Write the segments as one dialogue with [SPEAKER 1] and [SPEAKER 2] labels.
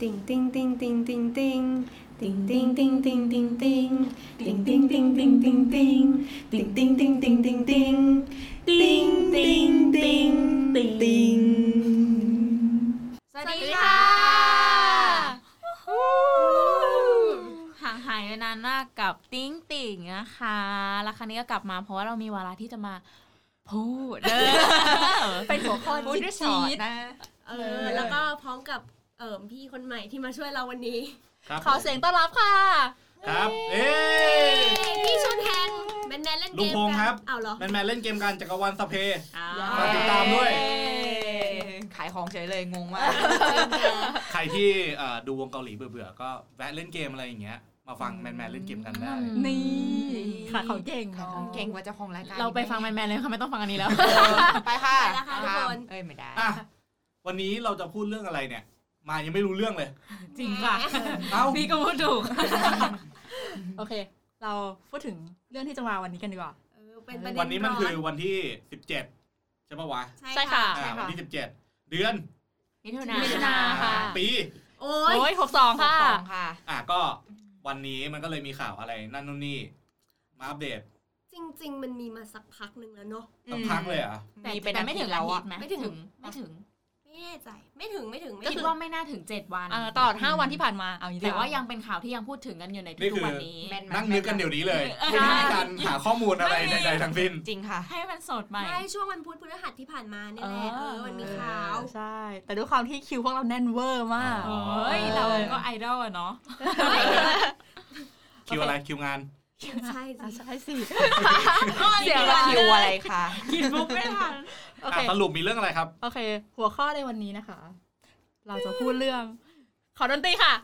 [SPEAKER 1] ติ่งติ่งติ่งติ่งติ่งติ่งติ่งติ่งติ่งติ่งติ่งติ่งติ่งติ่งติ่งติ่งติ่งติ่งติ่งติ่งติ่งติ่งติ่งติ่งติ่งติ่งติ่งติ่ง
[SPEAKER 2] สวัสดีค่ะ ห่างหายไปนานมากกับติ้งติ่งนะคะ แล้วครั้งนี้ก็กลับมาเพราะว่าเรามีวาระที่จะมาพูดเออ
[SPEAKER 3] เป็นหัวข้อ
[SPEAKER 2] พูด
[SPEAKER 3] จิ๊ด
[SPEAKER 2] ด้วยส
[SPEAKER 3] จี
[SPEAKER 2] อด
[SPEAKER 3] ด
[SPEAKER 2] นะ
[SPEAKER 3] เออ แล้วก็พร้อมกับเอ่มพี่คนใหม่ที่มาช่วยเราวันนี้
[SPEAKER 4] ครับ
[SPEAKER 2] ขอเสียงต้อนรับค่ะ
[SPEAKER 4] ครับ เอ๊
[SPEAKER 3] พี่ชุนแฮนแมนแนนเล่นเกม
[SPEAKER 4] ลุงพงษ์ครับ
[SPEAKER 3] เอาเหรอ
[SPEAKER 4] แมนแมนๆเล่นเกมการจักรวาลสเพ
[SPEAKER 3] ฝาก
[SPEAKER 4] ติดตามด้วย
[SPEAKER 2] ขายของเฉยเลยงงมาก
[SPEAKER 4] ใครที่เอ่อดูวงเกาหลีเบื่อๆ ก็แวะเล่นเกมอะไรอย่างเงี้ย มาฟังแมนแมนๆเล่นเกมกันได้
[SPEAKER 2] นี่
[SPEAKER 5] ค่ะ ของเก่ง
[SPEAKER 6] ค่ะเก่งกว่าเจ้าของรายการ
[SPEAKER 2] เราไปฟังแมนๆเลยค่ะไม่ต้องฟังอันนี้แล้ว
[SPEAKER 6] ไปค่ะ
[SPEAKER 3] ไปแล้วค่ะทุกคน
[SPEAKER 6] เอ้ยไม่ได้
[SPEAKER 4] อ่ะ วันนี้เราจะพูดเรื่องอะไรเนี่ย มายังไม่รู้เรื่องเลย
[SPEAKER 2] จริงค่ะ
[SPEAKER 4] เอ้า
[SPEAKER 2] พี่ก็พูดถูก
[SPEAKER 5] โอเค เราพูดถึงเรื่องที่จะมาวันนี้กันดีกว่า
[SPEAKER 3] เออเป็นประเด็น
[SPEAKER 4] วันนี้มันคือ
[SPEAKER 3] ร้
[SPEAKER 4] วันที่ 17 ใช่ปะวะ
[SPEAKER 3] อน
[SPEAKER 2] ใช่ค่ะ
[SPEAKER 4] อ่าวันที่ 17 เดือน
[SPEAKER 2] มิถุนา
[SPEAKER 6] มิถุนาค่ะ
[SPEAKER 4] ปี
[SPEAKER 3] โอ้
[SPEAKER 2] โอ้
[SPEAKER 3] ย
[SPEAKER 2] ยหกสองค่ะ
[SPEAKER 6] สองค่ะ
[SPEAKER 4] อ่ะก็วันนี้มันก็เลยมีข่าวอะไรนั่นนู่นนี่ มาอัปเดต
[SPEAKER 3] จริง ๆ มันมีมาสักพักหนึ่งแล้วเนาะ
[SPEAKER 4] สักพักเลยเหรอ่ะ
[SPEAKER 2] แต่
[SPEAKER 6] มีเป็น
[SPEAKER 2] แต่ไม่ถึง
[SPEAKER 6] อาทิตย์แล้
[SPEAKER 2] แล้ว
[SPEAKER 6] ว
[SPEAKER 2] อ่ะ
[SPEAKER 6] อะ
[SPEAKER 3] ไม่ถึง
[SPEAKER 2] ไม่ถึง
[SPEAKER 3] ไม่แน่ใจ ไม่ถึงไม่ถึงไม่
[SPEAKER 2] ก็
[SPEAKER 3] ถึ
[SPEAKER 2] คิ
[SPEAKER 3] ง
[SPEAKER 2] ดว่าไม่น่าถึง 7 วัน
[SPEAKER 5] เออตลอด 5 วันที่ผ่านมา เอาอย่างนี้
[SPEAKER 2] แต่ว่า
[SPEAKER 5] ดีก
[SPEAKER 2] ยังเป็นข่าวที่ยังพูดถึงกันอยู่ใน
[SPEAKER 4] นี่
[SPEAKER 2] ทุ
[SPEAKER 4] คื
[SPEAKER 2] ก
[SPEAKER 4] อ
[SPEAKER 2] ๆวันนี้
[SPEAKER 6] แมนไหม
[SPEAKER 4] นั่งนึกกันเดี๋ยวนี้เลย
[SPEAKER 2] เออ
[SPEAKER 4] ไม่ได้มีการหาข้อมูลอะไรใดๆทั้งสิ้น
[SPEAKER 6] จริงค่ะ
[SPEAKER 2] ให้มันสดใหม่
[SPEAKER 3] ใช่ช่วงวันพุธพฤหัสที่ผ่านมาเนี่ยแหละ
[SPEAKER 2] เอ
[SPEAKER 3] เอ
[SPEAKER 2] อ
[SPEAKER 3] อมันมีข่าว
[SPEAKER 5] ใช่ แต่ด้วยความที่คิวพวกเราแน่นเวอร์มาก
[SPEAKER 4] อ๋อ
[SPEAKER 2] เอ้ย เราก็ไอดอลอะเนาะ
[SPEAKER 4] คิวอะไรคิวงาน
[SPEAKER 3] ใช่สิ
[SPEAKER 5] ใช่สิ
[SPEAKER 6] เสียงละคิวอะไรคะ
[SPEAKER 2] กินมุกไม่ทัน
[SPEAKER 5] โอเค
[SPEAKER 4] อ่ะสรุปมีเรื่องอะไรครับ
[SPEAKER 5] โอเค หัวข้อในวันนี้นะคะ เราจะพูดเรื่อง ขอดนตรีค่ะ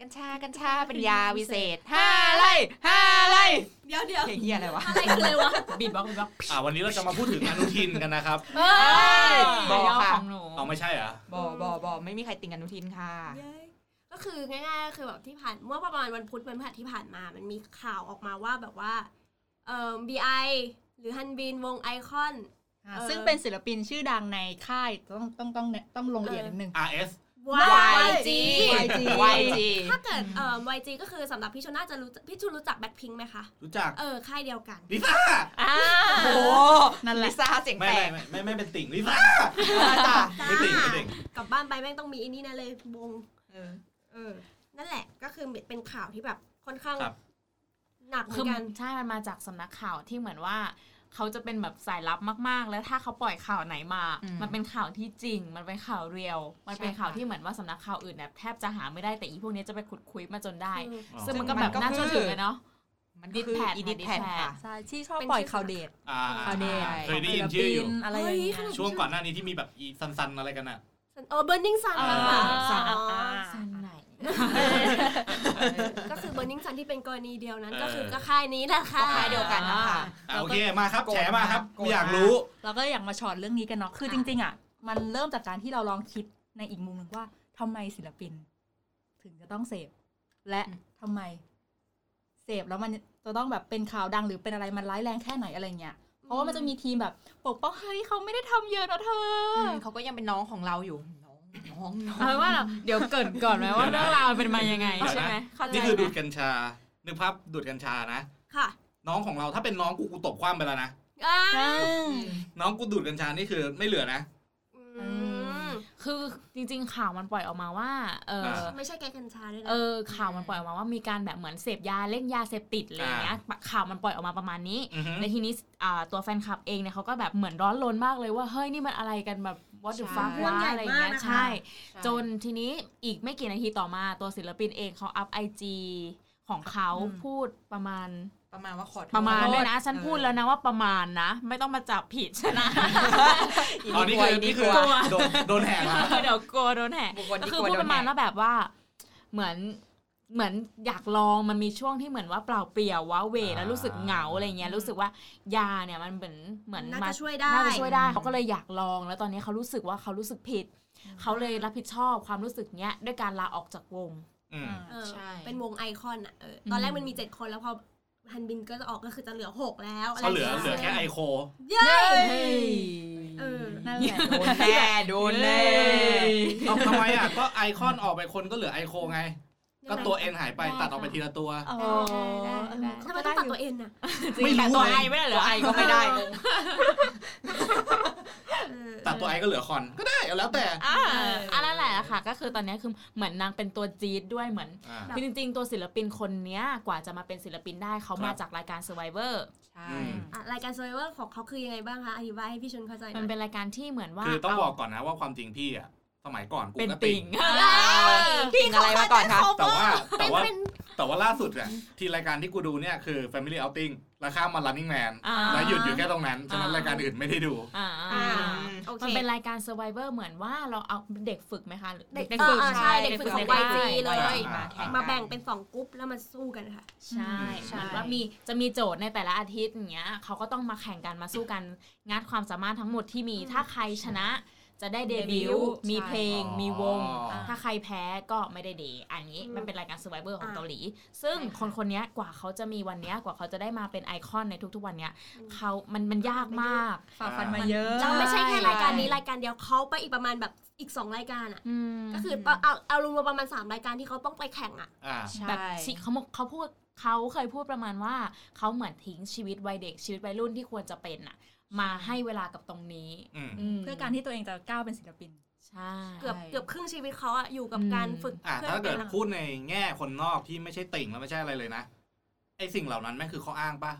[SPEAKER 6] กัญชากัญชาเป็นยาวิเศษห้าไร่ห้าไร่
[SPEAKER 3] เดี๋ยวเดี๋ยว
[SPEAKER 6] เฮียอะไรวะ
[SPEAKER 3] อะไรคืออะไรวะ
[SPEAKER 2] บีบบ็อกซ์บีบบ็อกซ์
[SPEAKER 4] อ่ะวันนี้เราจะมาพูดถึงอนุทินกันนะครับ
[SPEAKER 3] เฮ้ย
[SPEAKER 2] ไอดอล
[SPEAKER 6] ค่ะ
[SPEAKER 2] ของหนู
[SPEAKER 4] เอาไม่ใช่เหรอ
[SPEAKER 6] บอบอบอไม่มีใครติงอนุทินค่ะ
[SPEAKER 3] เย้ก็คือง่ายๆก็คือแบบที่ผ่านเมื่อประมาณวันพุธวันพฤหัสที่ผ่านมา มันมีข่าวออกมาว่าแบบว่าเอ่อ BI หรือฮันบินวงไอคอน
[SPEAKER 5] อ่า
[SPEAKER 3] เออ
[SPEAKER 5] ซึ่งเป็นศิลปินชื่อดังในค่ายต้องต้องต้องต้องลงละเอียดนิดนึง
[SPEAKER 4] RS
[SPEAKER 6] YG
[SPEAKER 5] YG
[SPEAKER 6] YG
[SPEAKER 3] ถ้าเกิดเอ่อ YG ก็คือสำหรับพี่ชนน่าจะรู้จักพี่ชุนรู้จักแบ็คพิงไหมคะ
[SPEAKER 4] รู้จัก
[SPEAKER 3] เออค่ายเดียวกัน
[SPEAKER 4] ลิซ่า
[SPEAKER 2] อ่า
[SPEAKER 6] โอ้
[SPEAKER 5] นั่นแห
[SPEAKER 6] ลิ
[SPEAKER 5] ละ
[SPEAKER 6] ซ่าเสียง
[SPEAKER 4] ไม่
[SPEAKER 6] แต
[SPEAKER 4] ไม่
[SPEAKER 6] ก
[SPEAKER 4] ไม่ไม่ไม่เป็นติ่งลิซ่า
[SPEAKER 6] จ้ะ
[SPEAKER 3] จ้า
[SPEAKER 4] ไม่ติ่งไม่ติ่ง
[SPEAKER 3] กลับบ้านไปแม่งต้องมีอันนี้แนะเลยวง
[SPEAKER 6] เออ
[SPEAKER 3] เออ นั่นแหละก็คือเป็นข่าวที่แบบค่อนข้าง
[SPEAKER 4] ครับ
[SPEAKER 3] หนักเหมื
[SPEAKER 2] คือ
[SPEAKER 3] อนกัน
[SPEAKER 2] ใช่ มันมาจากสำนักข่าวที่เหมือนว่า เขาจะเป็นแบบสายลับมากๆ แล้วถ้าเขาปล่อยข่าวไหนมา มันเป็นข่าวที่จริง มันเป็นข่าวเรียลมันเป็นข่าวที่เหมือนว่าสำนักข่าวอื่นแบบแทบจะหาไม่ได้ แต่อีพวกนี้จะไปขุดคุยมาจนได้
[SPEAKER 3] คือ
[SPEAKER 4] อ๋อ
[SPEAKER 2] ซึ่งมันก็แบบน่าเชื่อถือเลยเนาะ
[SPEAKER 6] มันก็คือ
[SPEAKER 2] Dispatch
[SPEAKER 6] อีดิทแพด
[SPEAKER 2] ค่ะ
[SPEAKER 6] ค่ะ
[SPEAKER 5] ใช่ ที่ชอบ
[SPEAKER 3] เป็น
[SPEAKER 5] ปล่อย
[SPEAKER 3] ชื่อ
[SPEAKER 5] ข่าวเดท
[SPEAKER 4] อ่า
[SPEAKER 5] ข่าวเดท
[SPEAKER 4] เคยได้ยินชื่ออยู่
[SPEAKER 5] อะไรอย่างเงี้ย
[SPEAKER 3] เฮ้ยขนาด
[SPEAKER 4] ช่วงก่อนหน้านี้ที่มีแบบอีซันๆอะไรกันอ่ะ
[SPEAKER 3] เออ Burning Sun
[SPEAKER 2] เอ
[SPEAKER 3] นะ
[SPEAKER 2] อ
[SPEAKER 3] คะ
[SPEAKER 2] สา
[SPEAKER 3] อ๋อ
[SPEAKER 2] สันไหน
[SPEAKER 3] ก็คือ Burning Sun ที่เป็นกรณีเดียวนั้น
[SPEAKER 4] เออ
[SPEAKER 3] ก็คือก็ค่ายนี้แหละค่ะ
[SPEAKER 6] ค่ายเดียวกันนะคะ
[SPEAKER 4] อ่ะ
[SPEAKER 5] เราก็
[SPEAKER 4] โอเคมาครับ
[SPEAKER 6] โกรธ
[SPEAKER 4] แฉมาครับ
[SPEAKER 6] มากโกรธ
[SPEAKER 4] อยากรู้
[SPEAKER 5] เราก็อยากมาช็อตเรื่องนี้กันเนาะ คือจริง ๆ อ่ะ มันเริ่มจากการที่เราลองคิดในอีกมุมหนึงว่าทำไมศิลปิน ถึงจะต้องเสพ และ
[SPEAKER 6] อืม
[SPEAKER 5] ทำไม เสพแล้วมันจะต้องแบบเป็นข่าวดังหรือเป็นอะไรมันร้ายแรงแค่ไหนอะไรเงี้ย เพราะว่ามันจะมีทีมแบบปกป้องเฮ้ยเขาไม่ได้ทำเยอะนะเธอ
[SPEAKER 6] อื
[SPEAKER 5] อ
[SPEAKER 6] มเขาก็ยังเป็นน้องของเราอยู่ น้องน้องน้อง
[SPEAKER 2] เอาเป็นว่าเราเดี๋ยวเกรินก่อนไหมว่าเรื่องราวมันเป็นมายังไงใช่ไหมเข้าใจ
[SPEAKER 4] นี่คือ
[SPEAKER 2] ไหม
[SPEAKER 4] ดูดกัญชานึกภาพดูดกัญชานะ
[SPEAKER 3] ค่ะ
[SPEAKER 4] น้องของเราถ้าเป็นน้องกูกูตบคว่ำไปแล้วนะ
[SPEAKER 3] อ่า
[SPEAKER 5] อืม
[SPEAKER 4] น้องกูดูดกัญชานี่คือไม่เหลือนะ
[SPEAKER 3] อืม
[SPEAKER 5] ม
[SPEAKER 2] คือจริง ๆ ข่าวมันปล่อยออกมาว่า เออ
[SPEAKER 4] อ่า
[SPEAKER 3] ไม่ใช่แกกัญชาด้วยนะ
[SPEAKER 2] เออข่าวมันปล่อยออกมาว่ามีการแบบเหมือนเสพยาเล่นยาเสพติดอะไรอย่างเงี้ยข่าวมันปล่อยออกมาประมาณนี้
[SPEAKER 4] อือฮึ
[SPEAKER 2] ในทีนี้อ่าตัวแฟนคลับเองเนี่ยเขาก็แบบเหมือนร้อนรนมากเลยว่า เฮ้ย นี่มันอะไรกันแบบ what the
[SPEAKER 6] ใช่
[SPEAKER 2] fuck วะอะไรอย่างเงี้ยใช่ จน
[SPEAKER 6] ใช่
[SPEAKER 2] ทีนี้อีกไม่กี่นาทีต่อมาตัวศิลปินเองเขาอัพไอจีของเขา
[SPEAKER 6] อืม
[SPEAKER 2] พูดประมาณ
[SPEAKER 6] ประมาณว่าขอโทษ
[SPEAKER 2] ประมาณด้วยนะ
[SPEAKER 6] เออ
[SPEAKER 2] ฉันพูดแล้วนะว่าประมาณนะ ไม่ต้องมาจับผิดช นะ
[SPEAKER 6] อีก
[SPEAKER 4] อ๋อนี่คือนี่คื
[SPEAKER 6] ก
[SPEAKER 4] อ
[SPEAKER 6] ว่า
[SPEAKER 4] โดนโดนแหกมา
[SPEAKER 2] เดี๋ยวกลัวโดนแหก
[SPEAKER 6] บุคคล
[SPEAKER 2] ก็
[SPEAKER 6] ที่
[SPEAKER 2] คือ
[SPEAKER 6] ควร
[SPEAKER 2] พูด
[SPEAKER 6] โดน
[SPEAKER 2] ประ
[SPEAKER 6] แห
[SPEAKER 2] มาณ
[SPEAKER 6] ก
[SPEAKER 2] ว่าแบบว่าเหมือนเหมือนอยากลองมันมีช่วงที่เหมือนว่าเปล่าเปลี่ยวว้าเหวแล้วรู้สึกเหงาอะไรเงี้ยรู้สึกว่ายาเนี่ยมันเหมือนเหมือน
[SPEAKER 3] น่า
[SPEAKER 2] มา
[SPEAKER 3] จะช่วยได้
[SPEAKER 2] น่าจะช่วยได้เขาก็เลยอยากลอง แล้วตอนนี้เขารู้สึกว่าเขารู้สึกผิด เขาเลยรับผิดชอบความรู้สึกเนี้ยด้วยการลาออกจากวง
[SPEAKER 4] อืม
[SPEAKER 3] เออ
[SPEAKER 6] ใช่
[SPEAKER 3] เป็นวงไอคอนอ่ะเอออ
[SPEAKER 2] ม
[SPEAKER 3] ตอนแรกมันมี 7 คนแล้วพอฮันบินก็จะออกก็คือจะเหลือ 6 แล้วอะไร
[SPEAKER 4] ก็เหลือ
[SPEAKER 3] งี้ย
[SPEAKER 4] เหลือแค่ไอโค
[SPEAKER 3] เย้
[SPEAKER 2] เฮ้ย
[SPEAKER 3] เออ
[SPEAKER 5] นั่นแหละ
[SPEAKER 6] โดนแน่โดนแน่
[SPEAKER 4] เอาทำไมอ่ะก็ไอคอนออกไปคนก็เหลือไอโคไง ก็ตัวเอ็นหายไป
[SPEAKER 5] ได้
[SPEAKER 4] ตัดออกไปทีละตัว
[SPEAKER 5] อ๋อ
[SPEAKER 6] ได้
[SPEAKER 5] เอ
[SPEAKER 6] ได้
[SPEAKER 5] อ
[SPEAKER 3] ทำไมต้องตัดตัวเอ็นอ่ะ
[SPEAKER 6] จริงแต่ตัวไอไม่ได้เหรอไอก็ไม่ได้
[SPEAKER 3] เออ
[SPEAKER 4] ตัดตัวไอก็เหลือคอนก็ได้เอาแล้วแต่
[SPEAKER 2] อ่าอันนั้นแหละค่ะ ก็คือตอนเนี้ยคือเหมือนนางเป็นตัวจี๊ดด้วยเหมือน
[SPEAKER 4] อ่า
[SPEAKER 2] คือจริงๆ ตัวศิลปินคนเนี้ยกว่าจะมาเป็นศิลปินได้เขา
[SPEAKER 4] ครั
[SPEAKER 2] มา
[SPEAKER 4] บ
[SPEAKER 2] จากรายการ Survivor
[SPEAKER 6] ใช่
[SPEAKER 4] อืม
[SPEAKER 3] อ่ะรายการ s u r v i v o r ของเขาคือยังไงบ้างคะอธิบายให้พี่ชนเข้าใจห
[SPEAKER 2] มั
[SPEAKER 3] น่
[SPEAKER 2] น
[SPEAKER 3] อย
[SPEAKER 2] เป็นรายการที่เหมือนว่า
[SPEAKER 4] คือต้อง
[SPEAKER 2] า
[SPEAKER 4] บอกก่อนนะว่าความจริงพี่อ่ะสมัยก่อนกู
[SPEAKER 2] เป็น
[SPEAKER 4] ก็
[SPEAKER 2] ติ่
[SPEAKER 4] ติ่
[SPEAKER 2] ง
[SPEAKER 4] ง
[SPEAKER 6] พี่อะไรมาก่อนคะ
[SPEAKER 4] แต่ว่าแต่ว่า
[SPEAKER 3] เป็น
[SPEAKER 4] แต่ว่าล่าสุดอ่ะที่รายการที่กูดูเนี่ยคือ Family Outing แล้วข้ามมา Running Man
[SPEAKER 2] อ่า
[SPEAKER 4] แล้วหยุดอยู่แค่ตรงนั้น ฉะนั้น
[SPEAKER 2] อ่าร
[SPEAKER 4] รายการอื่นไม่ได้ดู
[SPEAKER 2] อ่า
[SPEAKER 3] อ่าโอเค
[SPEAKER 2] มันเป็นรายการ Survivor เหมือนว่าเราเอาเด็กฝึกไหมคะหรือ
[SPEAKER 3] เด็ก
[SPEAKER 2] ฝึก
[SPEAKER 3] เออเออใช่เด็กฝึกของ YG เลย
[SPEAKER 4] อ่ะ
[SPEAKER 3] มาแบ่งเป็นสองกรุ๊ปแล้วมันสู้กันค่ะ
[SPEAKER 2] ใช่
[SPEAKER 6] ใช่
[SPEAKER 2] เหมือนว่ามีจะมีโจทย์ในแต่ละอาทิตย์อย่างเงี้ยเขาก็ต้องมาแข่งกันมาสู้กันงัดความสามารถทั้งหมดที่มีถ้าใครชนะ จะได้เดบิวต์มีเพลง
[SPEAKER 4] อ๋อ
[SPEAKER 2] มีวง ถ้าใครแพ้ก็ไม่ได้เดย์อันนี้
[SPEAKER 3] อืม
[SPEAKER 2] มันเป็นรายการ Survivor ของ
[SPEAKER 3] อ่า
[SPEAKER 2] เกาหลี ซึ่งคนคนเนี้ยกว่าเขาจะมีวันเนี้ยกว่าเขาจะได้มาเป็นไอคอนในทุกๆวันเนี้ยเขามันมันยากมาก
[SPEAKER 5] ฝ่าฟันมาเยอะ
[SPEAKER 3] เราไม่ใช่แค่
[SPEAKER 2] ใช่
[SPEAKER 3] รายการนี้รายการเดียวเขาไปอีกประมาณแบบอีกสองรายการอ่ะ
[SPEAKER 2] อืม
[SPEAKER 3] ก็คือเอาเอาเอารวมๆประมาณสามรายการที่เขาต้องไปแข่งอ่ะ
[SPEAKER 4] อ่า
[SPEAKER 2] แบบชิเขาบอกเขาพูดเขาเคยพูดประมาณว่าเขาเหมือนทิ้งชีวิตวัยเด็กชีวิตวัยรุ่นที่ควรจะเป็นน่ะ มาให้เวลากับตรงนี้
[SPEAKER 4] อืม
[SPEAKER 2] ม
[SPEAKER 5] เพื่อการที่ตัวเองจะก้าวเป็นศิลปิน
[SPEAKER 2] ใช่
[SPEAKER 3] เกือบเกือบครึ่งชีวิตเขาอ่ะอยู่กับการฝึก
[SPEAKER 4] อ่ะ
[SPEAKER 3] เพื่
[SPEAKER 4] ถ้าเกิด
[SPEAKER 3] ป็น
[SPEAKER 4] พูดในแง่คนนอกที่ไม่ใช่ติ่งแล้วไม่ใช่อะไรเลยนะไอสิ่งเหล่านั้นแม่งคือข้ออ้างปะ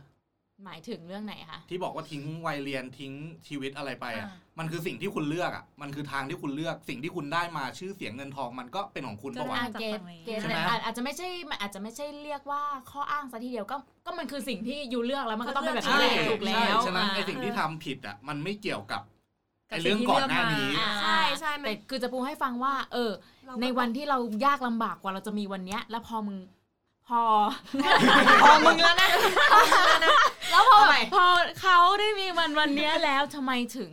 [SPEAKER 2] หมายถึงเรื่องไหนคะ
[SPEAKER 4] ที่บอกว่าทิ้งวัยเรียนทิ้งชีวิตอะไรไปอ่ะ
[SPEAKER 5] อ่า
[SPEAKER 4] มันคือสิ่งที่คุณเลือกอ่ะมันคือทางที่คุณเลือกสิ่งที่คุณได้มาชื่อเสียงเงินทองมันก็เป็นของคุณปะวะ
[SPEAKER 2] อ่ะ
[SPEAKER 5] น่าจะ
[SPEAKER 2] เกต
[SPEAKER 5] ฟังเลย
[SPEAKER 2] เกต
[SPEAKER 4] ใช่ไหม
[SPEAKER 2] อาจอาจจะไม่ใช่มันอาจจะไม่ใช่เรียกว่าข้ออ้างซะทีเดียวก็ก็มันคือสิ่งที่อยู่เลือกแล้วมันก็ต้องเป็นแบบนี้แหละถูกแล้
[SPEAKER 4] ใช่
[SPEAKER 2] ว
[SPEAKER 4] ฉะนั้น
[SPEAKER 2] อ่ะ
[SPEAKER 4] ไอสิ่งที่ทำผิดอ่ะมันไม่เกี่ยวกับไอเรื่องก่อนหน้านี้
[SPEAKER 2] อ่า
[SPEAKER 3] ใช่ใช่มัน
[SPEAKER 2] แต่คือจะปูให้ฟังว่า เออ
[SPEAKER 3] เรา
[SPEAKER 2] ในวันที่เรายากลำบากกว่าเราจะมีวันเนี้ย แล้วพอมึง พอ
[SPEAKER 6] พอมึงแล้วนะ
[SPEAKER 2] แล้วพอ
[SPEAKER 6] เอาใหม่
[SPEAKER 2] พอเขาได้มีวันวันเนี้ยแล้วทำไมถึง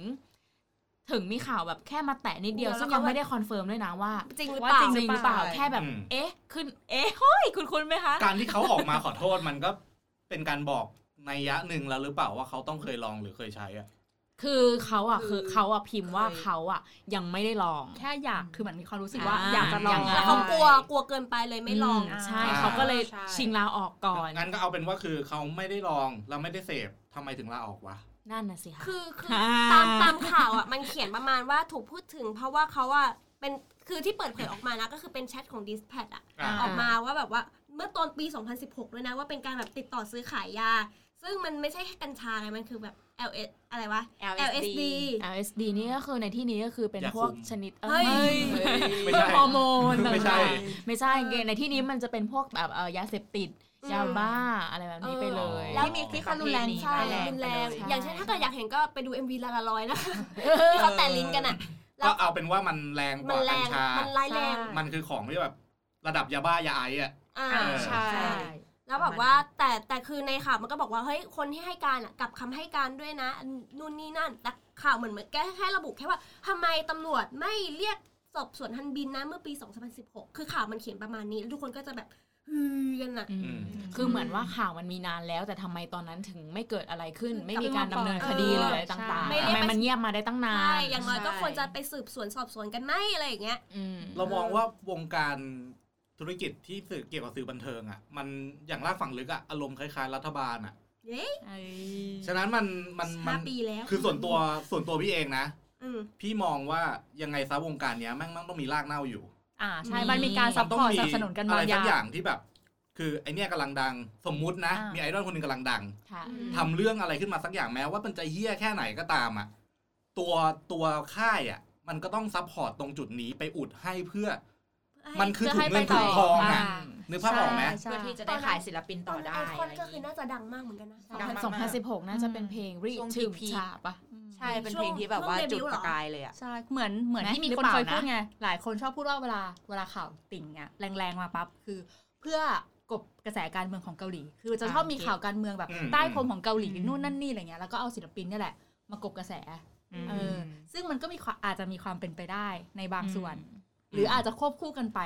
[SPEAKER 2] ถึงมีข่าวแบบแค่มาแตะนิดเดียว ซึ่งยังไม่ได้คอนเฟิร์มด้วยนะว่า
[SPEAKER 3] จริงหรือ
[SPEAKER 5] ว่า
[SPEAKER 3] เปล่า
[SPEAKER 5] จริง
[SPEAKER 2] จริงหรือเปล่าแค่แบบ
[SPEAKER 4] อืม
[SPEAKER 2] เอ๊ะ ขึ้น เอ๊ะเฮ้ยคุณคุณไหมคะ
[SPEAKER 4] การที่เขาออกมาขอโทษมันก็เป็นการบอกในยะหนึ่งแล้วหรือเปล่าว่าเขาต้องเคยลองหรือเคยใช้อ่ะ
[SPEAKER 2] คือเขาอ่ะคือ
[SPEAKER 3] คือ
[SPEAKER 2] เขาอ่ะพิมพ์ว่า
[SPEAKER 5] เคย
[SPEAKER 2] เขาอ่ะยังไม่ได้ลอง
[SPEAKER 5] แค่อยากคือเหมือนมีความรู้สึก
[SPEAKER 2] อ่า
[SPEAKER 5] ว่าอยากจะลอง
[SPEAKER 3] แล้วเขากลัวกลัวเกินไปเลยไม่ลอง
[SPEAKER 2] มใช่
[SPEAKER 4] อ่า
[SPEAKER 2] เขาก็เลย
[SPEAKER 5] ใช่
[SPEAKER 2] ชิงลาออกก่อน
[SPEAKER 4] งั้นก็เอาเป็นว่าคือเขาไม่ได้ลองแล้วไม่ได้เสพทำไมถึงลาออกวะ
[SPEAKER 2] นั่นน่ะสิคะ
[SPEAKER 3] คือคือ
[SPEAKER 2] ค่ะ
[SPEAKER 3] ตามตามข่าวอ่ะ มันเขียนประมาณว่าถูกพูดถึง เพราะว่าเขาอ่ะเป็นคือที่เปิดเผยออกมานะก็คือเป็นแชทของ Dispatch อ่ะ
[SPEAKER 4] อ่า
[SPEAKER 3] ออกมาว่าแบบว่าเมื่อตอนปี 2016 ด้วยนะ ว่าเป็นการแบบติดต่อซื้อขายยา ซึ่งมันไม่ใช่แค่กัญชาไง มันคือแบบ L S อะไรวะ LSD
[SPEAKER 2] LSD นี่ก็คือในที่นี้ก็คือเป็น
[SPEAKER 4] ยาคุม
[SPEAKER 2] พวกชนิดเอ้
[SPEAKER 3] เฮ้ย
[SPEAKER 2] ย
[SPEAKER 4] ไม่
[SPEAKER 2] พวก
[SPEAKER 4] ใช่
[SPEAKER 2] ฮอร์โมนต่างๆ
[SPEAKER 4] ไม่ใช่
[SPEAKER 2] ไม่ใช่ในที่นี้มันจะเป็นพวกแบบเอ่อยาเสพติด
[SPEAKER 3] อืม
[SPEAKER 2] ยาบ้าอะไรแบบนี้ไปเลย
[SPEAKER 4] แล้ว
[SPEAKER 5] มีที่ขั้นรุนแรง
[SPEAKER 3] ใช่
[SPEAKER 5] แรง
[SPEAKER 3] รุนแรง
[SPEAKER 2] ใช่
[SPEAKER 3] อย่างเช่นถ้าเกิดอยากเห็นก็ไปดู MV ลาลาลอยนะคะที่เขาแต่ลิ้นกันอ่ะ แล้
[SPEAKER 4] ก็
[SPEAKER 3] ว
[SPEAKER 4] เอาเป็นว่ามันแรงก
[SPEAKER 3] มัน
[SPEAKER 4] ว่า
[SPEAKER 3] แร
[SPEAKER 4] กัญ
[SPEAKER 3] ง
[SPEAKER 4] ชา
[SPEAKER 3] มันร้ายแรง
[SPEAKER 5] ใช่
[SPEAKER 4] มันคือของที่แบบระดับยาบ้ายาไอซ์อ่ะ
[SPEAKER 3] อ่า
[SPEAKER 4] เออ
[SPEAKER 6] ใช่
[SPEAKER 2] ใช่
[SPEAKER 3] แล้วแบบว่าแต่แต่คือในข่าวมันก็บอกว่าเฮ้ยคนที่ให้การอ่ะกลับคำให้การด้วยนะนู่นนี่นั่นแต่ข่าวเหมือนเหมือนแค่แค่ระบุแค่ว่าทำไมตำรวจไม่เรียกสอบสวนฮันบินนะเมื่อปี 2016 คือข่าวมันเขียนประมาณนี้แล้วทุกคนก็จะแบบฮือกันอ่ะ
[SPEAKER 2] อืม
[SPEAKER 4] อืม
[SPEAKER 2] คือเหมือนว่าข่าวมันมีนานแล้ว แต่ทำไมตอนนั้นถึงไม่เกิดอะไรขึ้น ไม่มีการดำเนินคดีเลยอะไรต่าง
[SPEAKER 3] ไม่
[SPEAKER 2] ๆ
[SPEAKER 3] ได้ไป
[SPEAKER 2] ทำไมมันเงียบมาได้ตั้งนา
[SPEAKER 3] ใช่
[SPEAKER 2] น
[SPEAKER 3] อย่างน้อยก็ควรจะไปสืบสวนสอบสวนกันไหมอะไรอย่างเงี้ย
[SPEAKER 2] อืม
[SPEAKER 4] เรามองว่าวงการธุรกิจที่สื่อเกี่ยวกับสื่อบันเทิงอ่ะ มันอย่างล่ากฝั่งลึกอ่ะ อารมณ์คล้ายๆรัฐบาลอ่ะ
[SPEAKER 3] เย้
[SPEAKER 4] ฉะนั้นมันมันมั
[SPEAKER 3] ห้าน ปีแล้ว
[SPEAKER 4] คือส่วนตัวส่วนตัวพี่เองนะ
[SPEAKER 3] อืม
[SPEAKER 4] พี่มองว่ายังไงซะวงการเนี้ยแม่งมันต้องมีรากเน่าอยู่
[SPEAKER 5] อ่าใช่
[SPEAKER 2] มี
[SPEAKER 5] มันมีการซัพ
[SPEAKER 4] ต้อ
[SPEAKER 5] พ
[SPEAKER 4] ง
[SPEAKER 5] อร์ต
[SPEAKER 4] มี
[SPEAKER 5] สนับสนุนกัน
[SPEAKER 4] อะไร
[SPEAKER 5] บางอ
[SPEAKER 4] สั
[SPEAKER 5] ย่าก
[SPEAKER 4] อย่าง งที่แบบ คือไอเนี้ยกำลังดังสมมุตินะ
[SPEAKER 5] อ่ามี
[SPEAKER 4] มีไอดอลคนหนึ่งกำลังดัง
[SPEAKER 2] ค่ะ
[SPEAKER 3] อืม
[SPEAKER 4] ทำเรื่องอะไรขึ้นมาสักอย่างแม้ว่ามันจะเฮี้ยแค่ไหนก็ตามอ่ะตัวตัวค่ายอ่ะมันก็ต้องซัพพอร์ตตรงจุดนี้ไปอุดให้เพื่อ มันคือถุงเงินถุงทองอ่ะ
[SPEAKER 5] อ่า
[SPEAKER 4] นึกภาพออกไหม
[SPEAKER 5] ใช่
[SPEAKER 6] เพื่อที่จะได้ขายศิลปินต่อได้
[SPEAKER 3] ไอคอนก็คือน่าจะดังมากเหมือนกันนะ
[SPEAKER 6] ดังมาก
[SPEAKER 2] 2016 น่าจะเป็นเพลง r e
[SPEAKER 6] ช่วง
[SPEAKER 2] t ึ
[SPEAKER 6] พี
[SPEAKER 2] e
[SPEAKER 6] ค
[SPEAKER 2] ชาปะ
[SPEAKER 6] ใช่เป็นเพลงที่แบบว่าจุดประกายเลยอ่ะ
[SPEAKER 5] ใช่เหมือนเหมือน
[SPEAKER 2] ไหม
[SPEAKER 5] ที่มี
[SPEAKER 2] หรือ
[SPEAKER 5] คน
[SPEAKER 2] เปล่า
[SPEAKER 5] เคย
[SPEAKER 2] นะ
[SPEAKER 5] พูดไงหลายคนชอบพูดว่าเวลาเวลาข่าวติ่งอ่ะแรงๆมาปั๊บคือ เพื่อกลบกระแสการเมืองของเกาหลี คือจะชอบมีข่าวการเมืองแบบใต้พรมของเกาหลีนู่นนั่นนี่อะไรเงี้ยแล้วก็เอาศิลปินเนี่ยแหละมากลบกระแสเออซึ่งมันก็มีความอาจจะมีความเป็นไปได้ในบางส่วน หรืออาจจะควบคู่กันไป